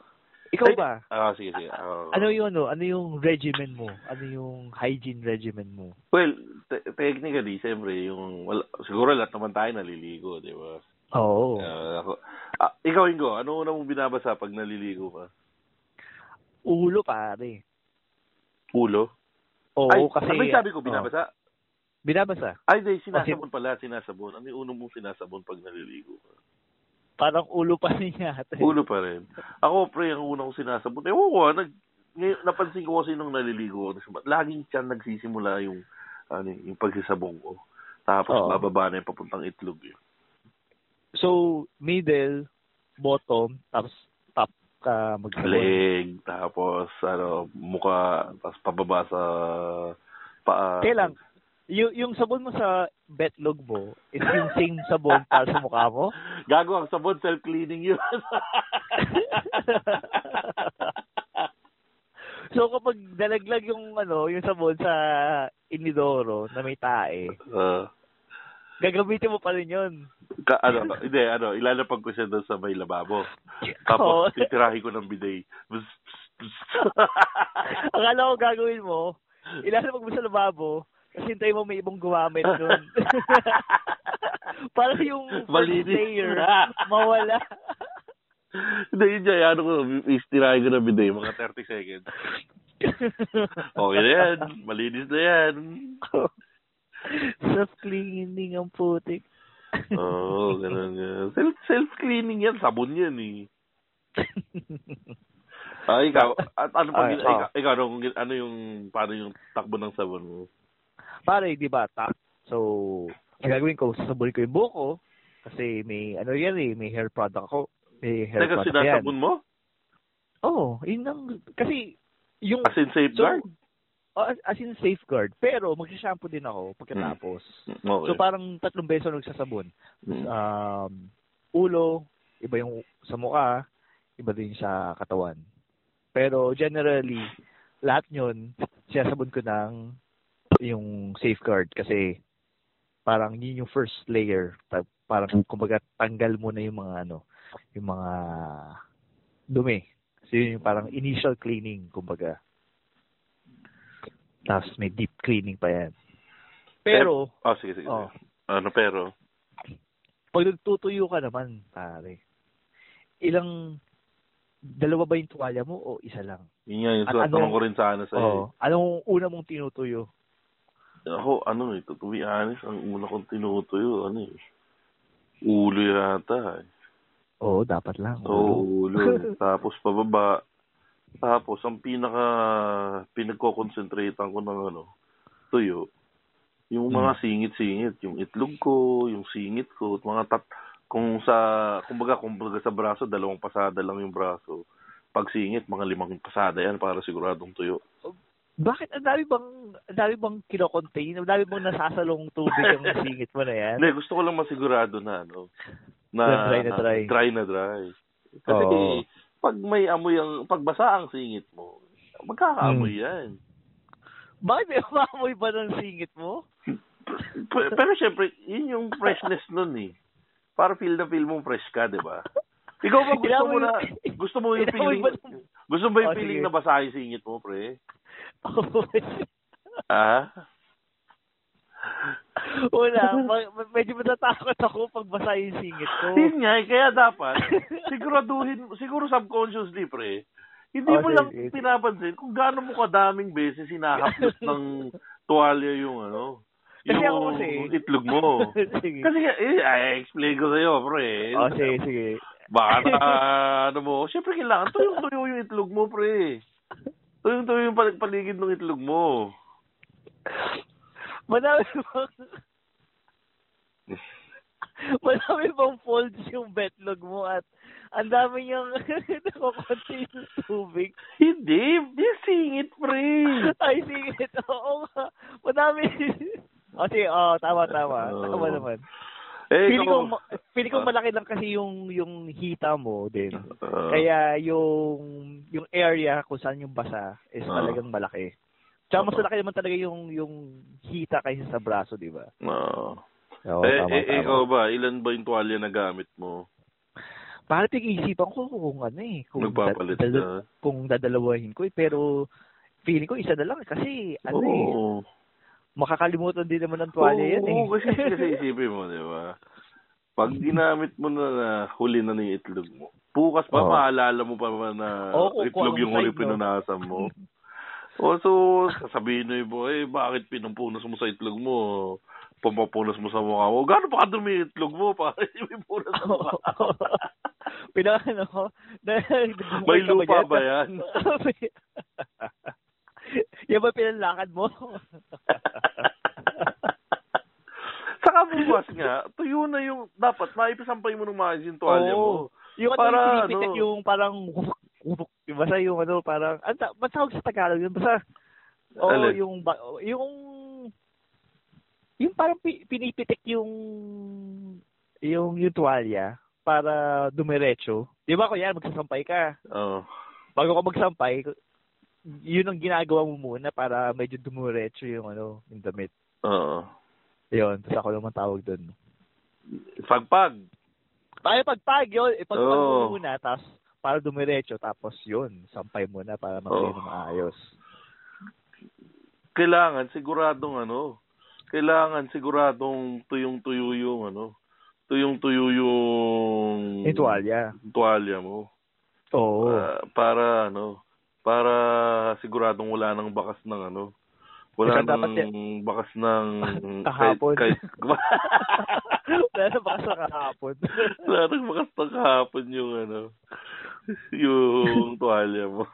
B: Ikaw
C: Ay,
B: ba?
C: Ah, sige, sige. Oo.
B: Ano yung ano? Ano yung regimen mo? Ano yung hygiene regimen mo?
C: Well, te- technically, siyempre, yung, wala, siguro lahat naman tayo naliligo, di ba?
B: Oo.
C: Ah, ako, ah, ikaw, Ingo, ano una mong binabasa pag naliligo ka?
B: Ulo pare.
C: Ulo?
B: Oo,
C: Ay,
B: kasi... ah,
C: ano yung sabi ko,
B: oo.
C: binabasa?
B: binabasa.
C: Ay, di,
B: Oh,
C: sinasabon pala, sinasabon. Ano yung unang mong sinasabon pag naliligo ka?
B: Parang ulo pa rin yata. eh.
C: Ulo pa rin. Ako, pre, ang unang kong sinasabon. Ewan ko, ah, nag, ngayon, napansin ko kasi nung naliligo ako, laging siya nagsisimula yung, ano, yung pagsisabong ko. Tapos,
B: Oo.
C: bababa na yung papuntang itlog. eh. Yun.
B: So, middle, bottom, tapos top ka magsabon.
C: Leg, tapos, ano, muka, tapos pababa sa paa.
B: Kaya lang, yung, yung sabon mo sa betlog mo is yung same sabon para sa mukha mo?
C: Gago ang sabon, self-cleaning yun.
B: So, kapag dalaglag yung, ano, yung sabon sa inidoro na may tae,
C: Ah,
B: gagamitin mo pa rin yun.
C: ka, ano, hindi, ano, ilalapag ko siya doon sa may lababo.
B: Oo.
C: Tapos, titirahin ko ng bidet. Bzz, bzz, bzz.
B: Akala ko gagawin mo, ilalapag mo sa lababo, kasi hintayin mo may ibang gumamit nun. Para yung first
C: Malinis.
B: layer, mawala.
C: Hindi, yun siya, ano ko, titirahin ko ng bidet, mga 30 seconds. Okay na yan, malinis na yan.
B: Self-cleaning ang putik.
C: Oo, oh, ganun yan. Self, self-cleaning yan, sabon yan eh. Ah, ikaw, at ano pang,
B: Ay,
C: gina-
B: oh.
C: ikaw, ikaw, ano, kung gin- ano yung, paano yung takbo ng sabon mo?
B: Pare, di ba, tap? So, ang gagawin ko, sasabunin ko yung buhok ko, kasi may, ano yan eh, may hair product ako. May hair
C: Teka,
B: product yan.
C: sinasabon mo?
B: Oo, oh, yun ang, kasi, yung,
C: As in safeguard?
B: So, oh, as, as in safeguard. Pero magsha-shampoo din ako pagkatapos.
C: okay.
B: So parang tatlong beses ako nagsasabon.
C: Mm.
B: Um, ulo, iba yung sa mukha, iba din sa katawan. Pero generally, lahat yun, sinasabon ko ng yung safeguard kasi parang yun yung first layer. Pa- Parang kumbaga tanggal mo na yung mga ano, yung mga dumi. So yun yung parang initial cleaning kumbaga. Tapos may deep cleaning pa yan. Pero,
C: Oh, sige, sige.
B: Oh.
C: sige. Ano pero?
B: pag nagtutuyo ka naman, pare, ilang, dalawa ba yung tuwalya mo o isa lang?
C: Yun nga, yung
B: At
C: tatanong
B: ano-
C: ko rin sana sa'yo. eh.
B: Oo. Anong una mong tinutuyo?
C: Ako, ano eh, to, to be honest, ang una kong tinutuyo, ano eh, ulo yata eh.
B: Oo, dapat lang.
C: Oo, ulo. eh. Tapos pababa. Tapos, ang pinaka, pinagkoconcentratean ko ng ano, tuyo, yung
B: Hmm.
C: mga singit-singit, yung itlog ko, yung singit ko, at mga tat, kung sa, kumbaga, kumbaga sa braso, dalawang pasada lang yung braso. Pag singit, mga limang pasada yan para siguradong tuyo.
B: Bakit? Ang dami bang, ang dami bang kinocontain? Ang dami bang nasasalong tubig ang singit mo na yan?
C: Hindi, gusto ko lang masigurado na, ano, na
B: Na dry na dry.
C: dry na dry. Kasi
B: Oo.
C: pag may amoy ang, pag basa ang singit mo, magkakaamoy
B: Hmm.
C: yan.
B: Bakit may umamoy ba ng singit mo?
C: P- pero syempre, yun yung freshness nun eh. Para feel na feel mo fresh ka, di ba? Ikaw ba gusto mo na, gusto mo yung
B: Inamoy
C: feeling,
B: ba ng-
C: gusto mo yung
B: Oh,
C: feeling
B: sige.
C: na basahin sa ingit mo, pre? Ah? Ha?
B: Ah. Wala, ma- ma- medyo matatakot ako pag basa yung singit ko.
C: Yun nga, eh, kaya dapat, siguraduhin, siguro subconsciously, pre, hindi
B: Oh,
C: mo
B: sige,
C: lang
B: sige.
C: pinapansin kung gaano mo kadaming beses hinahaplos ng tuwalya yung ano,
B: Kasi ako
C: yung
B: kasi...
C: itlog mo.
B: sige.
C: Kasi, eh, ay, explain ko sa'yo, pre.
B: Oh, sige, sige.
C: Baka na, ano mo, syempre kailangan tuyong-tuyo yung itlog mo, pre. Tuyong-tuyo yung pal- paligid ng itlog mo.
B: Madami bang... Madami bang folds yung betlog mo at ang dami niyang nakukunti yung tubig.
C: Hindi, hindi singit, pre.
B: Ay, sige. Oo nga. Madami. O, sige. Oh, tama, tama.
C: Oo.
B: Tama naman.
C: Eh,
B: Feeling ko,
C: ikaw-
B: ma- feeling ko
C: Ah.
B: malaki lang kasi yung yung hita mo din.
C: Ah.
B: Kaya yung yung area kung saan yung basa is
C: Ah.
B: talagang malaki. Tsaka mas
C: Oo.
B: malaki naman talaga yung yung hita kaysa sa braso, di ba?
C: Oo.
B: Oo,
C: eh, eh, ikaw ba, ilan ba yung tuwalya na gamit mo?
B: Parang pinag-iisipan ko kung ano eh. Kung
C: Nagpapalit
B: da-
C: ka?
B: dal- kung dadalawahin ko eh. Pero feeling ko isa na lang eh, kasi ano eh.
C: Oo.
B: Makakalimutan din naman ng tuwalya yan eh.
C: Oo, kasi, kasi isipin mo, di ba? Pag ginamit mo na, na huli na na yung itlog mo, bukas pa
B: Oo.
C: maalala mo pa ba na
B: Oo, kung
C: itlog
B: anong
C: yung huli
B: side, no?
C: pinunasan mo? o so, sasabihin na yung boy, bakit pinampunas mo sa itlog mo? Pamapunas mo sa mukha mo? Gano'n pa kadumi yung itlog mo? Para yung punas sa mukha mo?
B: Pina ano ko? Na,
C: May lupa ba yan?
B: Yan ba pinalakad mo?
C: Saka bukas nga, tuyo na yung, dapat, maipasampay mo ng maayos yung tuwalya
B: Oo.
C: mo.
B: Yung ano,
C: Para,
B: yung pinipitik
C: ano?
B: yung parang hubuk, hubuk. Basta yung ano, parang, ano, ta- ba't tawag sa Tagalog yun? Basta, oh,
C: Alin?
B: yung, ba- yung, yung parang pi- pinipitik yung, yung, yung tuwalya para dumiretso. Di ba, kuya, magsasampay ka.
C: Oo.
B: bago ka magsampay, yun ang ginagawa mo muna para medyo dumuretso yung ano, yung damit.
C: Oo.
B: Yun, tapos ako naman tawag doon.
C: Pagpag.
B: Tayo pagpag yun, ipagpag mo
C: Oo.
B: muna, tapos para dumiretso, tapos yun, sampay muna para mag-clean
C: Oo.
B: ng maayos.
C: Kailangan siguradong ano. Kailangan siguradong tuyong-tuyo yung ano. Tuyong-tuyo yung
B: Yung tuwalya.
C: tuwalya mo.
B: Oo.
C: Mm. Ah, para ano. Para siguradong wala nang bakas ng ano. Wala
B: Ikaw dapat
C: nang bakas ng
B: Kahapon.
C: Kahit, kahit,
B: Lalo baka sa kahapon.
C: Parang makasta kahapon yung ano, yung tuwalya mo.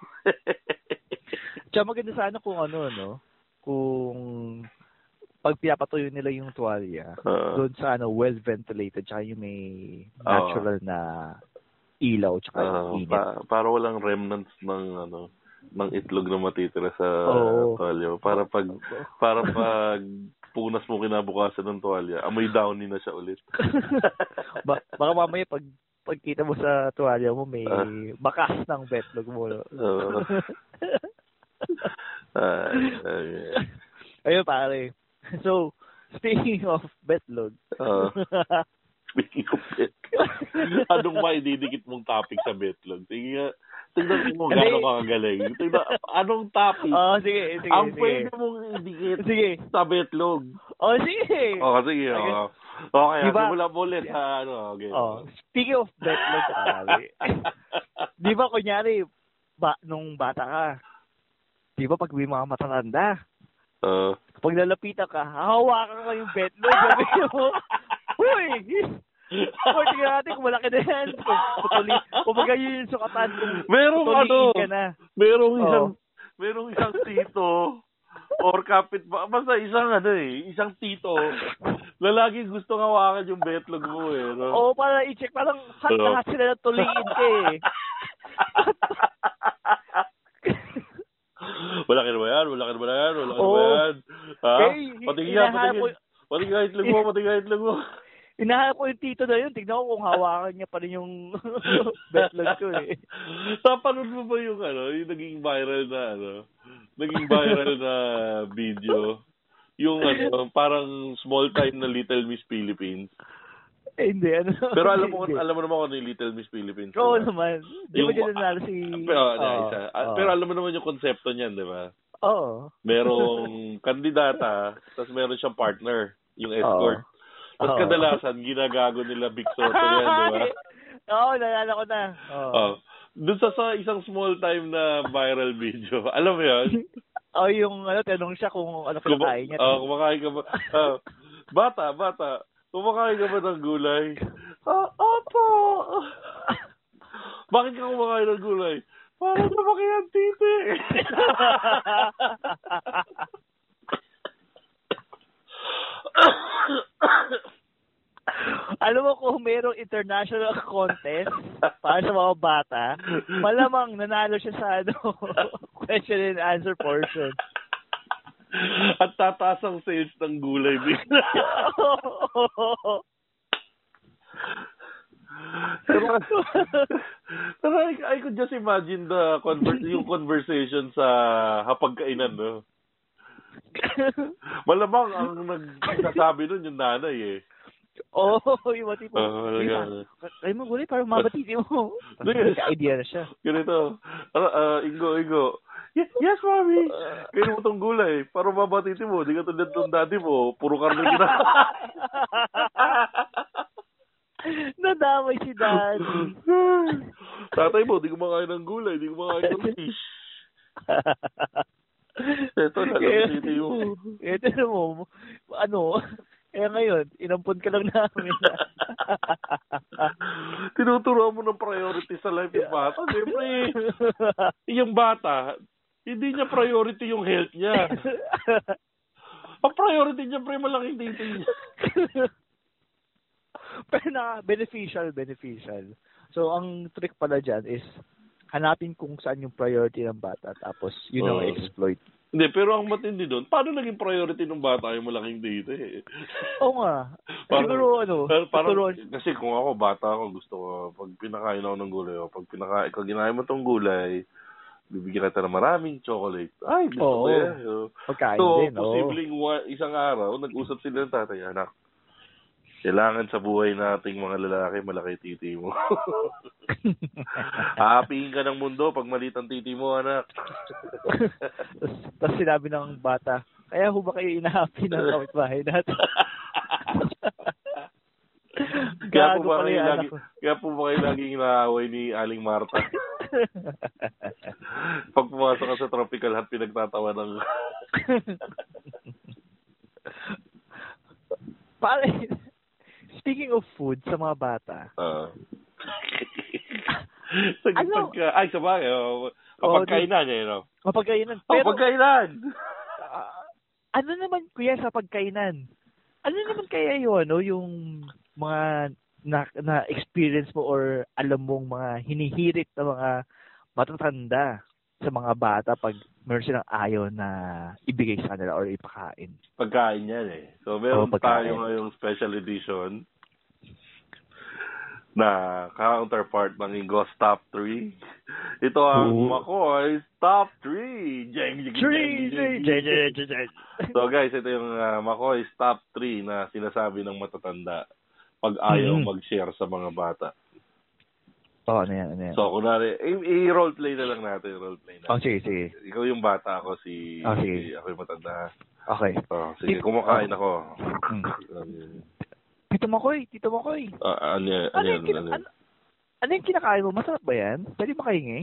B: Tsaka maganda sana kung ano, no? Kung pag pinapatuyo nila yung tuwalya,
C: Ah.
B: doon sa ano, well-ventilated, tsaka yung may natural na ilaw, tsaka
C: Ah,
B: yung init.
C: pa- para walang remnants ng ano, ng itlog na matitira sa
B: Oo.
C: tuwalya mo. Para pag, para pag punas mo kinabukasan ng tuwalya, amoy downy na siya ulit.
B: ba- baka mamaya pag pagkita mo sa tuwalya mo may
C: Ah.
B: bakas ng betlog mo. no?
C: Oo. Ah, ay,
B: Ayun pare. So, speaking of betlog.
C: ah. Speaking of betlog, anong maididikit mong topic sa betlog? Sige nga, tignan mo
B: Kasi-
C: gano'ng kakagaling. Tignan, anong topic?
B: oh, sige, sige,
C: ang
B: sige.
C: pwede mong idikit
B: Sige.
C: sa betlog.
B: Oh, sige.
C: O, oh, sige.
B: Okay.
C: Okay, okay
B: Diba-
C: simula mo ulit sa ano. Okay.
B: Oh, speaking of betlog pare. Di ba kunyari ba, nung bata ka, di ba pag may mga matatanda,
C: Oo.
B: pag lalapitan ka, hahawakan ka yung betlog. Sabi mo, Uy! O, tingnan natin kung malaki na yan. Putuli. Kumbaga yun yung sukatan. Kung
C: Merong
B: putuliin
C: ano,
B: ka na.
C: merong
B: Oo.
C: isang, merong isang tito or kapit basta isang ano eh, isang tito na lagi gusto hawakan yung betlog mo eh. No?
B: Oo, para i-check. Parang hot
C: Oo.
B: na hot sila na tuliin ka eh.
C: Wala ka na ba yan? Wala ka na ba yan? Wala ka na ba
B: Oo.
C: yan? Ha?
B: Eh,
C: Patingin yan,
B: hinahanap
C: patingin.
B: ko-
C: Patingin ka itlog mo, patingin ka itlog mo.
B: Inahanap ko yung tito na yun. Tignan ko kung hawakan niya pa rin yung betlog ko eh.
C: Napanood mo ba yung ano, yung naging viral na ano, naging viral na video? Yung ano, parang small time na Little Miss Philippines.
B: Eh, hindi, ano.
C: Pero alam mo,
B: Hindi.
C: alam mo naman ako ni Little Miss Philippines.
B: Oo
C: diba?
B: naman. Di ba
C: Yung-
B: dyan nanalo si...
C: Pero, ah,
B: Oo,
C: isa. Ah,
B: oo.
C: pero alam mo naman yung konsepto niyan, di ba?
B: Oo.
C: Merong kandidata, tapos meron siyang partner, yung escort. Tapos
B: Oo.
C: kadalasan, ginagago nila Big Soto yan, di ba?
B: Oo, nalala ko na. Oo.
C: Oh. Doon sa, sa isang small time na viral video, alam mo yun?
B: Oh, yung ano, tanong siya kung ano
C: Kuma-
B: kinakain niya.
C: ah, kumakain ka ba? ah, bata, bata, kumakain ka ba ng gulay?
B: Oh,
C: Ah, opo. Bakit ka kumakain ng gulay? Para lumaki ang titi.
B: Alam mo kung merong international contest para sa mga bata, malamang nanalo siya sa ano, question and answer portion.
C: At tataas ang sales ng gulay bigla. Pero I, I could just imagine the conver- yung conversation sa hapagkainan, no? Malamang ang nagsasabi nun yung nanay, eh.
B: Oo, oh, yung mga tipo.
C: Oo, talaga.
B: Kaya mo gulay, parang mabatiti mo. Nagka-idea na siya.
C: Ganito. Ano, ah, ingo, ingo. Yes, yes mommy. Kainin mo tong gulay. Para mabatiti mo. Di ka tulad ng daddy mo. Puro karne gina.
B: Nadamay si Daddy.
C: Tatay mo, di kumakain ng gulay. Di kumakain ng fish. Ito, lalapitin mo.
B: Eh, tignan mo, ano, eh ngayon, inampon ka lang namin.
C: Tinuturuan mo ng priority sa life ng bata. Siyempre, yung bata, hindi niya priority yung health niya. Ang priority niya, pre, malaking titi niya.
B: Pero na, beneficial, beneficial. So, ang trick pala dyan is, hanapin kung saan yung priority ng bata, tapos yun ang
C: Oo.
B: exploit.
C: Hindi, pero ang matindi doon, paano naging priority ng bata yung malaking titi?
B: Oo nga.
C: Parang-
B: Siguro, ano,
C: Pero parang,
B: tuturuan-
C: kasi kung ako, bata ako, gusto ko, pag pinakain ako ng gulay, o pag pinakain, pag ginahin mo tong gulay, bibigyan natin ng maraming chocolate. Ay, gusto
B: Oo.
C: ko yan. So,
B: Pagkain
C: so
B: din, oo.
C: posibleng wa- isang araw, nag-usap sila ng tatay, anak, kailangan sa buhay nating mga lalaki, malaki titi mo. Haapiin ka ng mundo pag maliit ang titi mo, anak.
B: Tapos- Tapos sinabi ng bata, kaya ho ba kayo inahapi ng kapitbahay natin?
C: Kaya
B: Gago
C: po
B: pala
C: ba kayo
B: yung
C: lagi,
B: anak ko.
C: kaya po ba kayo laging inaaway ni Aling Marta? Pag pumasok ka sa tropical hat, pinagtatawa ng...
B: Pare, speaking of food sa mga bata,
C: Ah. sa
B: Ano?
C: pagka- ay, sa bagay. Oh,
B: Oo,
C: pagkainan, eh, no?
B: sa pagkainan,
C: Oh,
B: pero
C: pagkainan!
B: ah, ano naman kuya sa pagkainan? Ano naman kaya yun, no? yung mga na, na experience mo or alam mong mga hinihirit na mga matatanda sa mga bata pag meron silang ayaw na ibigay sa kanila or ipakain.
C: Pagkain yan, eh. So,
B: Oo,
C: meron
B: pagkain.
C: tayo ngayong special edition na counterpart ng Ingos Top 3. Ito ang
D: Oo.
C: McCoy's Top 3! Jeng, jeng, jeng, jeng, jeng, jeng. So guys, ito yung uh, McCoy's top 3 na sinasabi ng matatanda pag ayaw
B: Mhm.
C: mag-share sa mga bata.
B: Oo, ano yan, ano yan.
C: So kunwari, i- i-roleplay na lang natin, roleplay
B: Oh,
C: na.
B: sige, sige.
C: Ikaw yung bata, ako si,
B: Ah,
C: si
B: sige.
C: ako yung matanda.
B: Okay.
C: Oh, sige,
B: Sige.
C: kumakain ako. Um,
B: Hmm. Tito Makoy, Tito Makoy.
C: Ah, ano yan, ano
B: Ano
C: yan,
B: yung, kina-
C: ano yan?
B: ano, ano yung kinakain mo? Masarap ba yan? Pwede makahingi?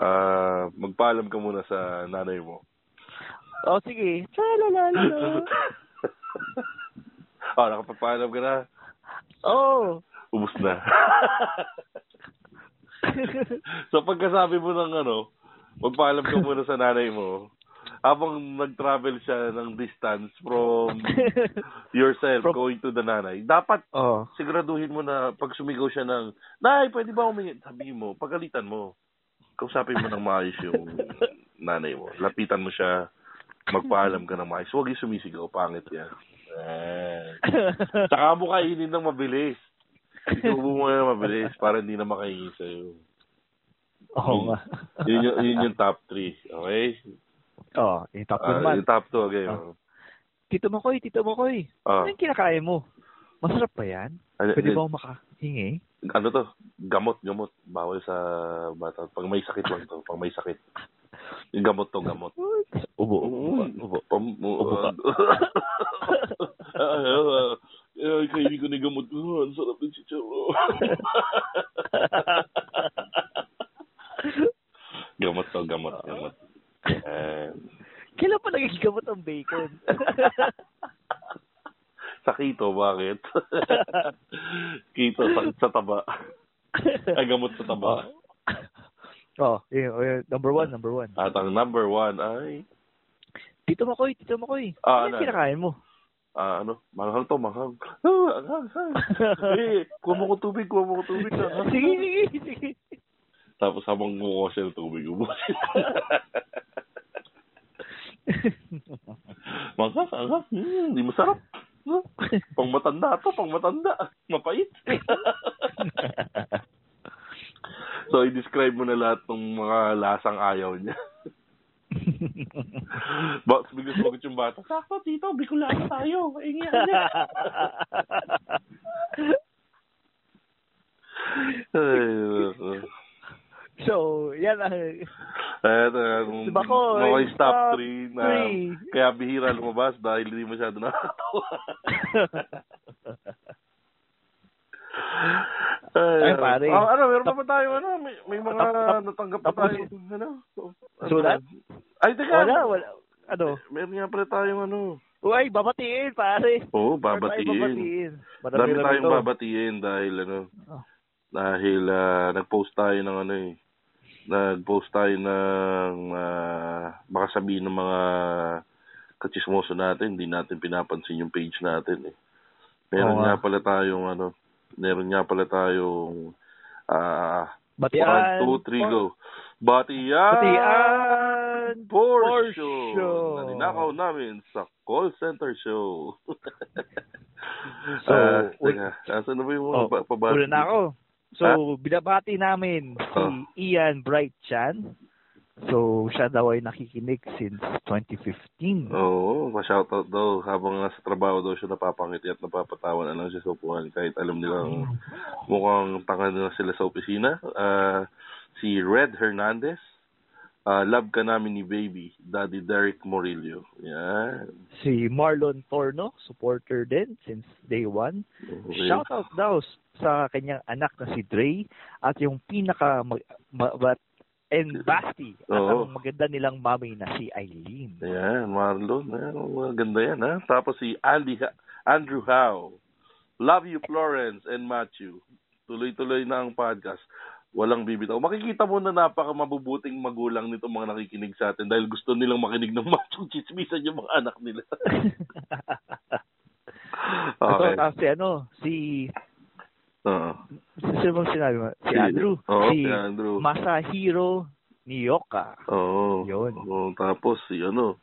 C: Ah, magpaalam ka muna sa nanay mo.
B: O, oh, sige. Tralalala.
C: oh, nakapagpaalam ka na.
B: Oo.
C: Ubus na. so pagkasabi mo ng ano, magpaalam ka muna sa nanay mo, habang nag-travel siya ng distance from yourself
B: From-
C: going to the nanay, dapat
B: Oh.
C: siguraduhin mo na pag sumigaw siya ng, Nay, pwede ba humingi? Sabihin mo, pagalitan mo. Kausapin mo ng maayos yung nanay mo. Lapitan mo siya, magpaalam ka ng maayos. Huwag yung sumisigaw, pangit yan. Eh. Tsaka mo kainin ng mabilis. Itubo mo na mabilis para hindi na makahingi sa'yo.
B: Oo nga.
C: Yun, yung- yun yung top 3. Okay?
B: Oo, oh, yung top
C: Ah,
B: naman.
C: yung top 2. Okay.
B: Ah. Tito Makoy, Tito Makoy.
C: Ah.
B: Ano yung kinakain mo? Masarap ba yan?
C: Ano,
B: Pwede ba ako makahingi?
C: ano to? Gamot, gamot. Bawal sa bata. Pag may sakit lang to. Pag may sakit. Gamot to, gamot.
B: Ubo, ubo,
C: Mm.
B: ubo.
C: Pam-
B: Ubo ka.
C: Ay, kainin ko na yung gamot ko. Ang sarap ng chicharo. gamot to, gamot,
B: Ah.
C: gamot. Eh, Yan.
B: Kailan pa nagigamot ang bacon?
C: sa kito, bakit? kito, sa, sa taba. Ay, gamot sa taba.
B: oh, yun, yun. Number one, number one.
C: At ang number one ay,
B: Tito Makoy, Tito Makoy.
C: Ah,
B: ano
C: ano,
B: yung kinakain mo?
C: ah, ano, manghang to, manghang. Ah, ang hanghang. Eh, kuha mo ko tubig, kuha mo ko tubig. ah.
B: sige, sige, sige.
C: Tapos habang kumukuha siya ng tubig, umusin. Manghang, anghang, hmm, di masarap. Hmm, Pang matanda to, pang matanda. Mapait. so, i-describe mo na lahat ng mga lasang ayaw niya. Ba, bigla sumagot yung bata, sakto tito, bikulano tayo. Ingyan niya.
B: so, yan ang...
C: Eto, um,
B: Diba ko,
C: mga
B: eh,
C: stop
B: top
C: 3 na
B: three.
C: kaya bihira lumabas dahil hindi masyado nakakatawa.
B: Ay, pare.
C: Ah, ano, meron pa ba tayo, ano, may, may mga natanggap pa
B: tapos-
C: tayo. Ano? Ano?
B: Sulat?
C: Ay, teka.
B: wala, wala. Ano?
C: Meron nga pala tayong ano.
B: Uy, babatiin, pare.
C: Oo,
B: Meron tayong
C: babatiin.
B: babatiin.
C: Dami
B: Marami-rami
C: tayong
B: to.
C: babatiin dahil ano,
B: Oh.
C: dahil ah, nag-post tayo ng ano eh. Nag-post tayo ng ah, baka sabihin ng mga kachismoso natin, hindi natin pinapansin yung page natin eh. Meron
B: Oo nga.
C: nga pala tayong ano, meron nga pala tayong ah,
B: Batian.
C: 1, 2, 3, go. Batian!
B: Batian.
C: Porsche!
B: Porsche!
C: Show. Naninakaw namin sa call center show.
B: So,
C: Ah,
B: un-
C: teka, asan na ba yung mga
B: Oh,
C: pa- pabati?
B: una na ako. So, binabati namin si
C: Oh.
B: Ian Bright Chan. So, siya daw ay nakikinig since 2015.
C: Oh. Oo, pa-shoutout daw. Habang nasa trabaho daw siya napapangiti at napapatawan na lang siya sa upuan. Kahit alam nilang mukhang tanga na sila sa opisina. Ah, si Red Hernandez. Ah, love ka namin ni Baby, Daddy Derek Morillo. Yan.
B: Si Marlon Torno, supporter din since day one.
C: Okay.
B: Shoutout daw sa kanyang anak na si Dre at yung pinaka mag, ma- bat- and Basti at
C: Oo.
B: ang maganda nilang mami na si Eileen.
C: Ayan, Marlon. Ayan, mga ganda yan, ha? Tapos si Andy Ha- Andrew Howe. Love you, Florence and Matthew. Tuloy-tuloy na ang podcast. Walang bibitaw. Makikita mo na napaka mabubuting magulang nito mga nakikinig sa atin dahil gusto nilang makinig ng machong chismisan yung mga anak nila.
B: Ito,
C: okay.
B: tapos si ano, si,
C: Oo.
B: sino bang sinabi mo? Si, Andrew.
C: Oo,
B: si
C: si Andrew.
B: Masahiro Niyoka.
C: Oo.
B: Yun.
C: Oo, Oh, tapos si ano,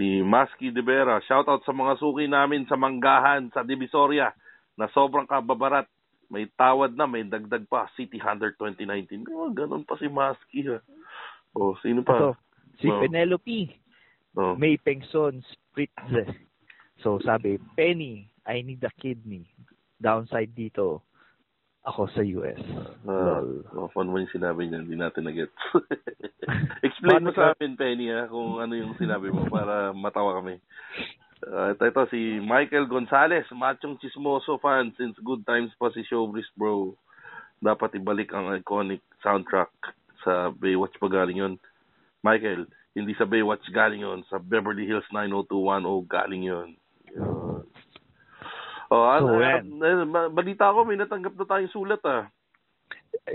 C: si Maski De Vera. Shoutout sa mga suki namin sa Manggahan, sa Divisoria, na sobrang kababarat. May tawad na, may dagdag pa. City Hunter 2019. Oh, ganun pa si Maski. Ha. Oh, sino
B: Ito,
C: pa?
B: si
C: Oo.
B: Penelope
C: Oh.
B: May Pengson Spritze. So sabi, Penny, I need a kidney. Downside dito, ako sa US.
C: Ah,
B: Lol.
C: oh, ano ba yung sinabi niya? Hindi natin na-get.
B: Paano
C: Explain mo sa amin, Penny, ha, kung ano yung sinabi mo para matawa kami. Ah, ito, ito, si Michael Gonzalez, machong chismoso fan since good times pa si Showbiz Bro. Dapat ibalik ang iconic soundtrack sa Baywatch pa galing yun. Michael, hindi sa Baywatch galing yun, sa Beverly Hills 90210 galing yun. Yun. Oh, ano,
B: So, yan.
C: ano, ba- balita ko, may natanggap na tayong sulat ah.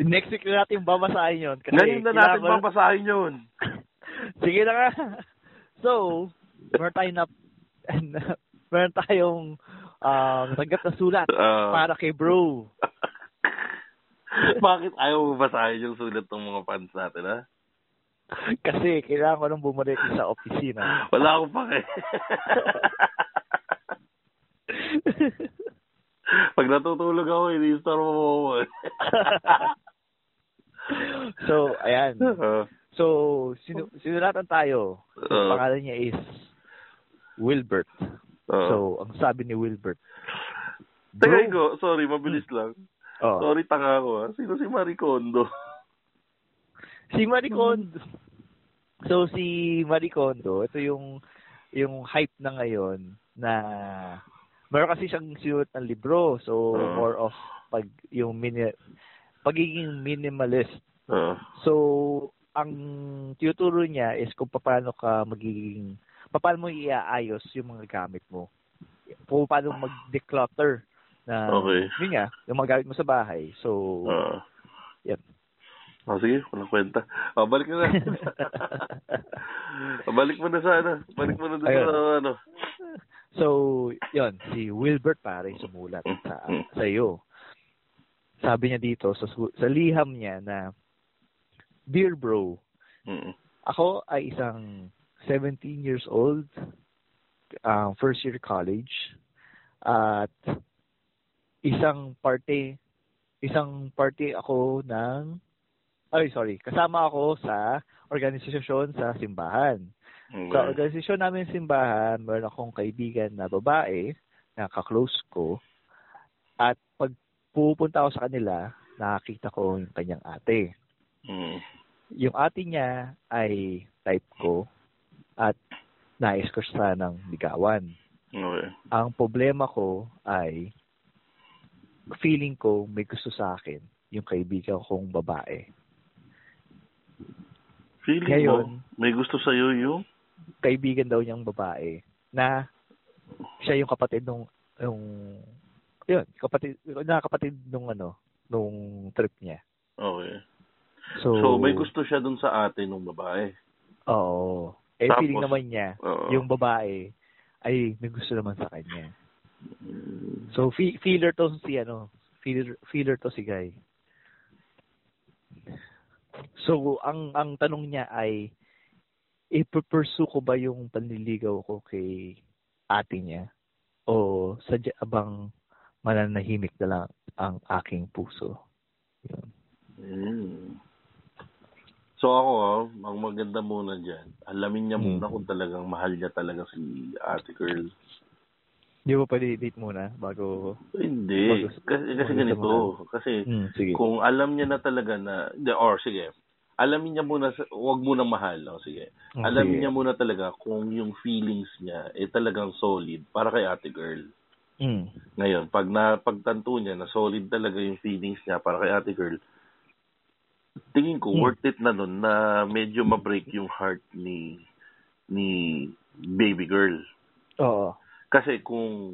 B: Next week na natin babasahin yun. Kasi
C: Ngayon na natin
B: kailangan-
C: mabasahin yun.
B: Sige na nga. So, meron tayo na, meron tayong um, tanggap na sulat
C: Ah.
B: para kay bro.
C: Bakit ayaw mo basahin yung sulat ng mga fans natin, ha?
B: Kasi kailangan ko nang bumalik sa opisina.
C: Wala akong pake. Pag natutulog ako, ini-star mo eh. mo.
B: so, ayan.
C: Uh-huh.
B: So, sinu- sinulatan tayo.
C: Oo.
B: Ang pangalan niya is Wilbert. So, ang sabi ni Wilbert,
C: Ah. Uh-huh. Teka, Igo, sorry, mabilis lang.
B: Oh.
C: Sorry, tanga ko. ah. Sino si Marie Kondo?
B: Si Marie Kondo. So, si Marie Kondo, ito yung, yung hype na ngayon na meron kasi siyang sinulat ng libro. So,
C: Oo.
B: more of pag, yung mini, pagiging minimalist.
C: Oo.
B: So, ang tinuturo niya is kung paano ka magiging, paano mo iaayos yung mga gamit mo. Kung paano mag-declutter na,
C: Okay.
B: yun nga, yung mga gamit mo sa bahay. So,
C: Oo.
B: Yep.
C: Uh-huh. Oh, sige, walang kwenta. Oh, balik na natin. balik mo na sa ano. Balik mo na dun sa
B: Ayun.
C: ano.
B: so, yun, si Wilbert pare sumulat sa, sa iyo. Sabi niya dito, sa, su- sa liham niya na, Dear bro,
C: Mm.
B: Ako ay isang 17 years old, um, first year college, at isang party, isang party ako ng, ay sorry, kasama ako sa organisasyon sa simbahan. Sa
C: Okay.
B: organisasyon namin simbahan, meron akong kaibigan na babae na kaklose ko. At pag pupunta ako sa kanila, nakakita ko yung kanyang ate
C: Mm.
B: yung ate niya ay type ko at nais ko siya ng ligawan.
C: Okay.
B: Ang problema ko ay feeling ko may gusto sa akin yung kaibigan kong babae.
C: Feeling
B: Ngayon,
C: mo, may gusto sa'yo yung...
B: kaibigan daw niyang babae na siya yung kapatid nung yung yun, kapatid na kapatid nung ano, nung trip niya.
C: Okay.
B: So,
C: So, may gusto siya dun sa ate nung babae.
B: Oo. Eh,
C: Tapos,
B: feeling naman niya,
C: oo.
B: yung babae, ay may gusto naman sa kanya. So, fe- feeler to si, ano, feeler, feeler to si Guy. So, ang ang tanong niya ay, ipupursue ko ba yung panliligaw ko kay ate niya? O sadya abang mananahimik na lang ang aking puso?
C: Mm. So ako, ah, ang maganda muna dyan, alamin niya
B: Mm.
C: muna kung talagang mahal niya talaga si ate girl.
B: Di ba pwede i-date muna bago...
C: Hindi.
B: Mag-
C: Kasi, kasi
B: mag-
C: ganito.
B: mag-
C: Kasi
B: Hmm, sige.
C: kung alam niya na talaga na, de, or sige, alamin niya muna, sa- wag muna mahal. O sige.
B: Mm,
C: Alamin
B: sige.
C: niya muna talaga kung yung feelings niya eh talagang solid para kay ate girl.
B: Hmm.
C: Ngayon, pag na pagtanto niya na solid talaga yung feelings niya para kay Ate Girl, tingin ko
B: Hmm.
C: worth it na nun na medyo ma-break yung heart ni ni baby girl.
B: Oo.
C: Kasi kung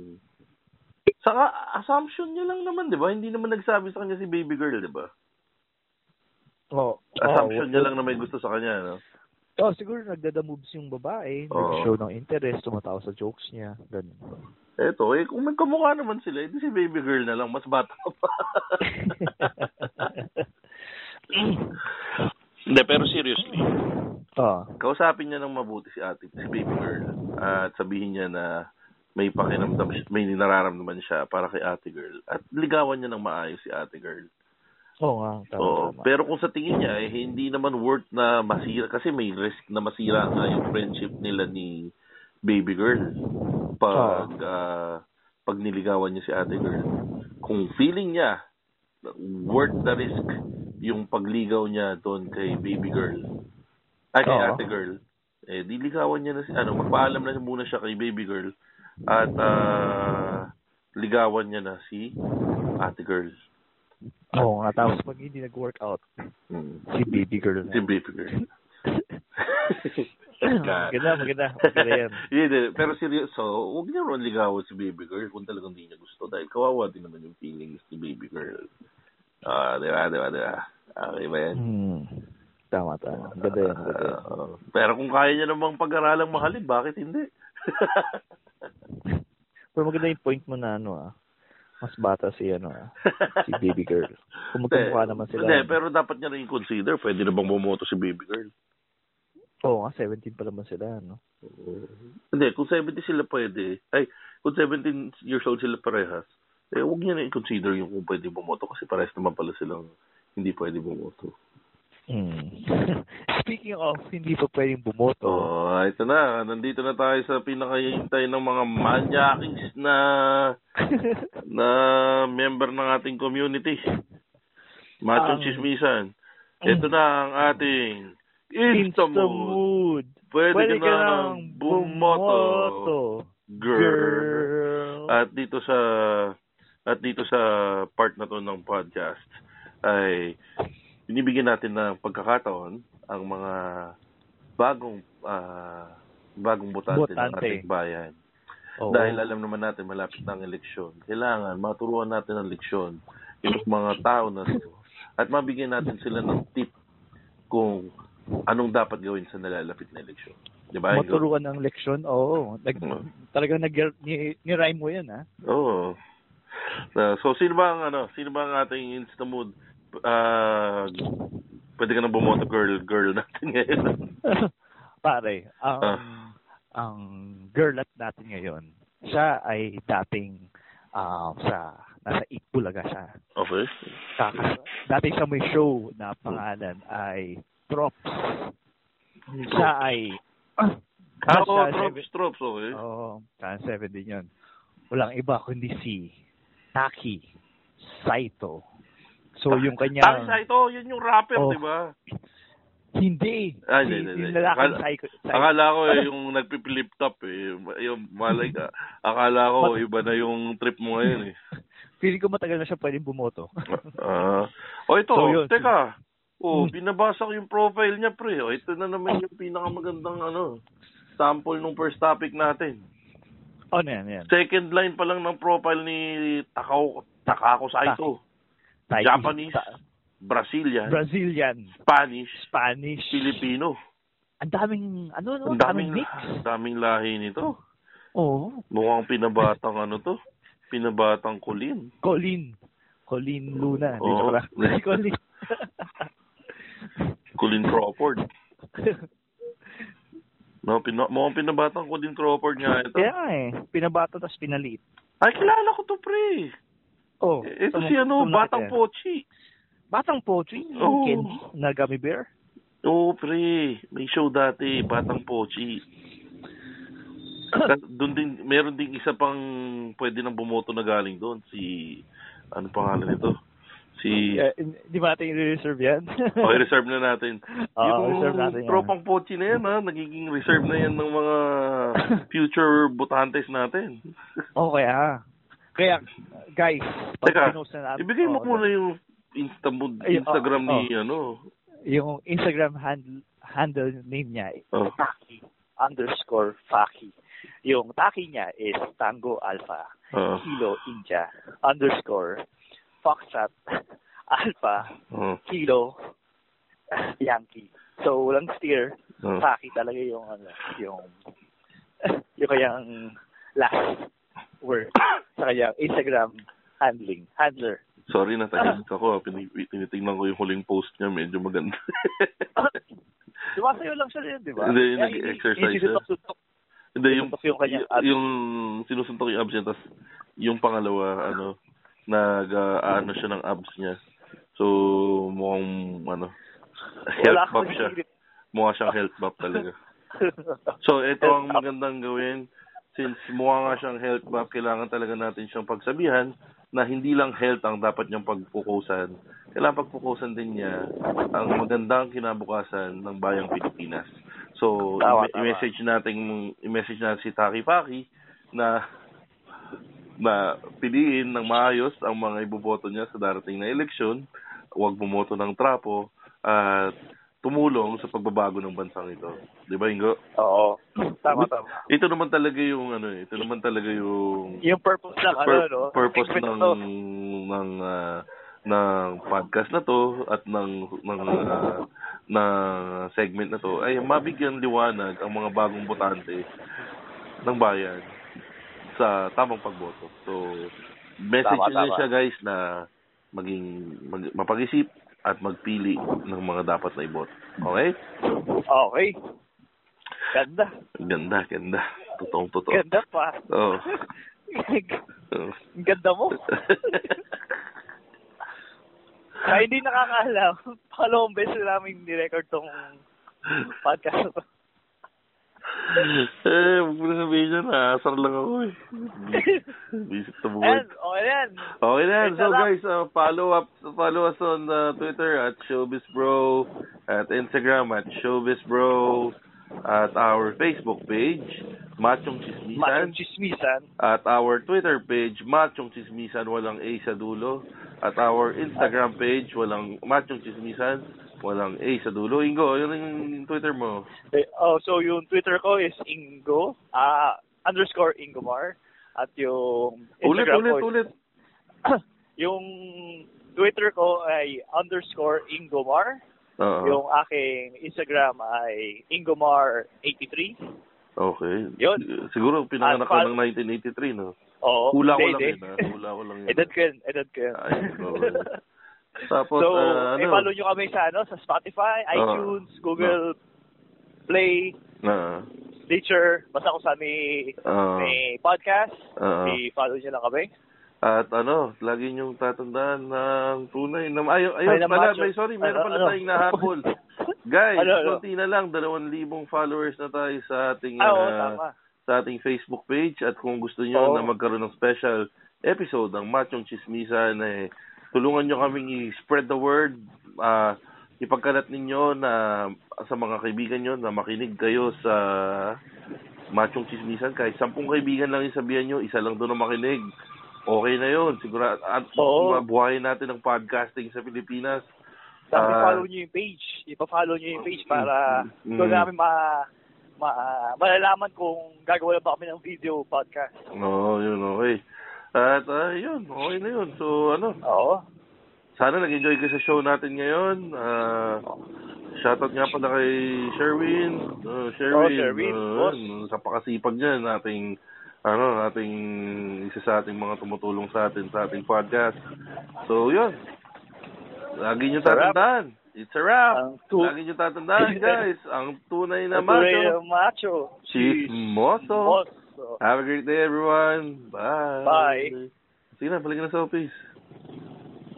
C: sa assumption niya lang naman, 'di ba? Hindi naman nagsabi sa kanya si baby girl, 'di ba?
B: Oo.
C: Assumption
B: Oo.
C: niya lang na may gusto sa kanya, no?
B: Oh, siguro nagdada moves yung babae,
C: Oo.
B: nag-show ng interest, tumatawa sa jokes niya, ganun.
C: Eto, eh, kung magkamukha naman sila, edi si baby girl na lang, mas bata pa. Hindi, pero seriously,
B: Oo.
C: kausapin niya ng mabuti si ate, si baby girl. At sabihin niya na may pakiramdam, siya- may nararamdaman siya para kay ate girl. At ligawan niya ng maayos si ate girl.
B: Oo nga, tama,
C: Oo.
B: tama.
C: Pero kung sa tingin niya, eh, hindi naman worth na masira. Kasi may risk na masira nga yung friendship nila ni baby girl. Pag, ah, pag niligawan niya si ate girl. Kung feeling niya, worth the risk yung pagligaw niya doon kay baby girl. Ay, kay
B: Oo.
C: ate girl. Eh, diligawan niya na si, ano, magpaalam na muna siya kay baby girl. At, ah, ligawan niya na si ate girl.
B: Oo nga, tapos pag hindi nag-workout,
C: Mm.
B: si baby girl na.
C: Si baby girl.
B: Ano? maganda, maganda, maganda yan.
C: Yun, yun. pero seryoso, huwag niya ron ligawan si baby girl kung talagang hindi niya gusto dahil kawawa din naman yung feelings ni baby girl. Ah, di ba, di ba, di ba? Okay ba yan?
B: Hmm. Tama, tama. Maganda yan, maganda yan.
C: Ah, oo. pero kung kaya niya namang pag-aralang mahalin, bakit hindi?
B: Pero maganda yung point mo na ano ah, mas bata si ano ah, si baby girl. Kung magkamukha naman sila.
C: Hindi, pero dapat niya rin consider, pwede na bang bumoto si baby girl?
B: Oo nga, 17 pa naman sila, ano. no?
C: Hindi, kung 70 sila pwede, ay, kung 17 years old sila parehas, eh, huwag niya na i-consider yung kung pwede bumoto kasi parehas naman pala silang hindi pwede bumoto.
B: Hmm. Speaking of, hindi pa pwedeng bumoto.
C: So, Oh, ito na. Nandito na tayo sa pinakahintay ng mga manyakings na na member ng ating community. Machong Um,
B: Ang-
C: chismisan. Ito na ang ating um, Insta Mood.
B: mood.
C: Pwede,
B: Pwede
C: ka, nang bumoto. Girl.
B: Girl.
C: Ah, At dito sa at dito sa part na to ng podcast ay binibigyan natin ng pagkakataon ang mga bagong ah, bagong botante, ng
B: Botante.
C: ating bayan.
B: Oo.
C: Dahil alam naman natin malapit na ang eleksyon. Kailangan maturuan natin ang leksyon itong mga tao na to at mabigyan natin sila ng tip kung anong dapat gawin sa nalalapit na eleksyon. Di ba? Mm. Igo?
B: Maturuan ng leksyon, oo. Nag,
C: Oo.
B: Talaga nag, ni, ni-rhyme mo yan, ha?
C: Oo. Na- so, sino ba ang, ano, sino ba ang ating insta mood? Ah, pwede ka na bumoto girl, girl natin ngayon.
B: Pare, ang,
C: Ah.
B: ang girlat natin ngayon, siya ay dating ah, sa, nasa Itbulaga siya.
C: okay.
B: Kakas, dati siya may show na pangalan ay Drops. Siya ay,
C: Ah,
B: Nasa
C: oo,
B: seven-
C: tropes, tropes, okay.
B: Oo, Channel 7 din yun. Walang iba kundi si Taki Saito. So yung
C: Tangis
B: kanyang...
C: na ito, yun yung rapper,
B: Oh.
C: diba? di ba?
B: Hindi! si,
C: Ay, Ah, hindi, hindi,
B: yung
C: hindi.
B: lalaking
C: Akala-
B: Saiko- Saiko.
C: Akala ko eh, yung nagpipilip top eh. Yung malay ka. Akala ko
B: But-
C: iba na yung trip mo ngayon eh.
B: Feeling ko matagal na siya pwedeng bumoto.
C: Ah. o ito,
B: So, yun.
C: teka. Oh,
B: Hmm.
C: binabasa ko yung profile niya pre. O ito na naman yung pinakamagandang ano, sample nung first topic natin.
B: oh, na yan, yan.
C: Second line pa lang ng profile ni Takao Takako Saito.
B: Taiki-
C: Japanese,
B: Ta-
C: Brazilian,
B: Brazilian,
C: Spanish,
B: Spanish,
C: Filipino.
B: Ang daming, ano, no?
C: Ang daming,
B: mix.
C: daming lahi nito.
B: Oo.
C: Mukhang pinabatang ano to. Pinabatang kulin.
B: Colin. Colin Luna. Hindi,
C: Oo.
B: joke lang. Si Colin.
C: Colin Crawford. No, pina, mukhang pinabatang Colin Crawford nga ito.
B: Kaya nga eh. Pinabato tapos pinalit.
C: Ay, kilala ko to, pre.
B: Oh,
C: Eh, Ito
B: tum-
C: si ano,
B: tumlaki
C: Batang
B: yan.
C: Pochi.
B: Batang Pochi, yung
C: Oo.
B: candy na gummy bear.
C: Oo, pre. May show dati, Batang Pochi. Tas doon din, meron ding isa pang pwede nang bumoto na galing doon. Si, ano pangalan nito? Si,
B: Eh, Di ba natin i-reserve yan?
C: okay, reserve na natin.
B: Oo, reserve natin yan.
C: Oh, tropang Pochi na yan, ha? Nagiging reserve na yan ng mga future botantes natin.
B: oh, kaya. Kaya, guys, pag
C: Teka,
B: pinost na natin,
C: Ibigay mo
B: oh,
C: muna yung Insta mo-
B: Ay, oh,
C: Instagram ni ano.
B: yung Instagram handle, handle name niya, eh,
C: Oh.
B: Taki underscore Faki. Yung Taki niya is Tango Alpha
C: Oh.
B: Kilo India underscore Foxtrot Alpha
C: Oh.
B: Kilo Yankee. So, walang steer.
C: Oh.
B: Faki talaga yung ano, yung yung kayang last word sa kayang Instagram handling, handler.
C: Sorry na tahimik ako. Pini- Tinitingnan ko yung huling post niya, medyo maganda.
B: Sumasayo lang siya rin, di ba?
C: Hindi,
B: Kaya
C: nag-exercise
B: hindi
C: siya.
B: sinutok-sutok.
C: Hindi yung
B: Sinusuntok yung kanyang ano, abs.
C: yung sinusuntok yung abs niya tas yung pangalawa ano nag ah, ano siya ng abs niya. So mukhang ano
B: Wala
C: health
B: akong
C: buff siya.
B: sinilip.
C: Mukha siyang health buff talaga. So, ito ang magandang gawin. Since mukha nga siyang health buff, kailangan talaga natin siyang pagsabihan na hindi lang health ang dapat niyang pagpukusan. Kailangan pagpukusan din niya ang magandang kinabukasan ng bayang Pilipinas. So,
B: Tama,
C: i-
B: tama.
C: i-message natin, i-message natin si Taki Paki na na piliin ng maayos ang mga iboboto niya sa darating na eleksyon, huwag bumoto ng trapo, at tumulong sa pagbabago ng bansang ito. Di ba, Ingo?
B: Oo. Tama, tama.
C: Ito naman talaga yung ano eh, ito naman talaga yung
B: Yung purpose lang, ano,
C: pur-
B: no?
C: purpose
B: Segment
C: ng
B: to.
C: ng ah, ng podcast na to at ng ng ah, ng segment na to ay mabigyan liwanag ang mga bagong botante ng bayan sa tamang pagboto. So message
B: Tama,
C: nyo na
B: tama.
C: siya guys na maging mag- mapag-isip at magpili ng mga dapat na ibot. Okay?
B: Okay. Ganda.
C: Ganda, ganda. Totoong totoo.
B: Ganda pa.
C: Oo.
B: Ang Ganda mo. Kaya hindi nakakaalam, pangalawang beses namin ni-record tong podcast. na to.
C: eh, huwag mo na sabihin yan. Naasar lang ako eh. Bisip na buhay.
B: Ayan, okay na yan.
C: Okay na. So
B: Sarap.
C: guys, uh, follow up, follow us on uh, Twitter at ShowbizBro, at Instagram at ShowbizBro, at our Facebook page, Machong Chismisan,
B: Matang chismisan.
C: at our Twitter page, Machong Chismisan, walang A sa dulo, at our Instagram page, walang Machong Chismisan, walang A sa dulo. Ingo, yun yung Twitter mo.
B: Eh, Oh, so yung Twitter ko is Ingo, ah, underscore Ingomar. At yung
C: Ulit,
B: Instagram
C: ulit,
B: ko is-
C: ulit.
B: yung Twitter ko ay underscore Ingomar.
C: Oo.
B: Yung aking Instagram ay Ingomar83.
C: Okay.
B: Yun.
C: Siguro pinanganak ka
B: At
C: ng 1983, no?
B: Oo.
C: Hula ko
B: hindi,
C: lang yun.
B: hindi.
C: ah. Hula ko lang yun.
B: Edad ko yun, edad ko yun.
C: Ay, oo. Tapos,
B: so,
C: ah,
B: eh,
C: ano?
B: follow nyo kami sa, ano, sa Spotify, iTunes, Google, Play,
C: Ah,
B: Stitcher, basta kung saan may,
C: ah,
B: may podcast,
C: ah.
B: i-follow nyo lang kami.
C: At ano, lagi niyong tatandaan ng tunay na... Ay,
B: Ay,
C: ayun
B: na
C: pala,
B: macho.
C: may, sorry, meron
B: Ano,
C: pala
B: ano?
C: tayong nahabol. Guys,
B: Ano, ano?
C: konti na lang, dalawang libong followers na tayo sa ating
B: Ah, oo,
C: ah,
B: tama.
C: sa ating Facebook page at kung gusto niyo
B: Oo.
C: na magkaroon ng special episode ng Machong Chismisan eh tulungan niyo kaming i-spread the word ah ipagkalat ninyo na sa mga kaibigan niyo na makinig kayo sa Machong Chismisan kahit sampung kaibigan lang yung sabihan niyo isa lang doon ang makinig okay na yun siguro at
B: Oo.
C: mabuhayin natin ang podcasting sa Pilipinas
B: Tapos
C: Ah.
B: follow nyo yung page. Ipa-follow nyo yung page para
C: Mm.
B: doon namin ma, ma, malalaman kung gagawa na ba kami ng video podcast.
C: oo oh, yun okay at ah, yun okay na yun so ano
B: Oo.
C: Sana nag-enjoy ka sa show natin ngayon. Ah, shoutout nga pala kay Sherwin. Ah, Sherwin,
B: Oh, Sherwin,
C: ah,
B: boss.
C: yun, sa pakasipag niya, nating ano, nating isa sa ating mga tumutulong sa atin sa ating podcast. So, yun. Lagi niyo
B: Sarap.
C: tatandaan. It's a wrap.
B: Ang tu-
C: Lagi niyo tatandaan, guys. Ang tunay na
B: Natuloy
C: macho.
B: ng macho.
C: Chismoso.
B: Chismoso.
C: Have a great day, everyone. Bye.
B: Bye.
C: Sige na, balik na sa office.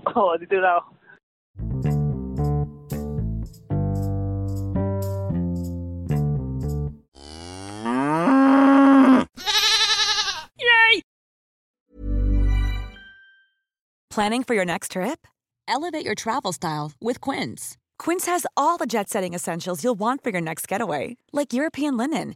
B: Oo, dito na ako.
E: Planning for your next trip? Elevate your travel style with Quince. Quince has all the jet setting essentials you'll want for your next getaway, like European linen,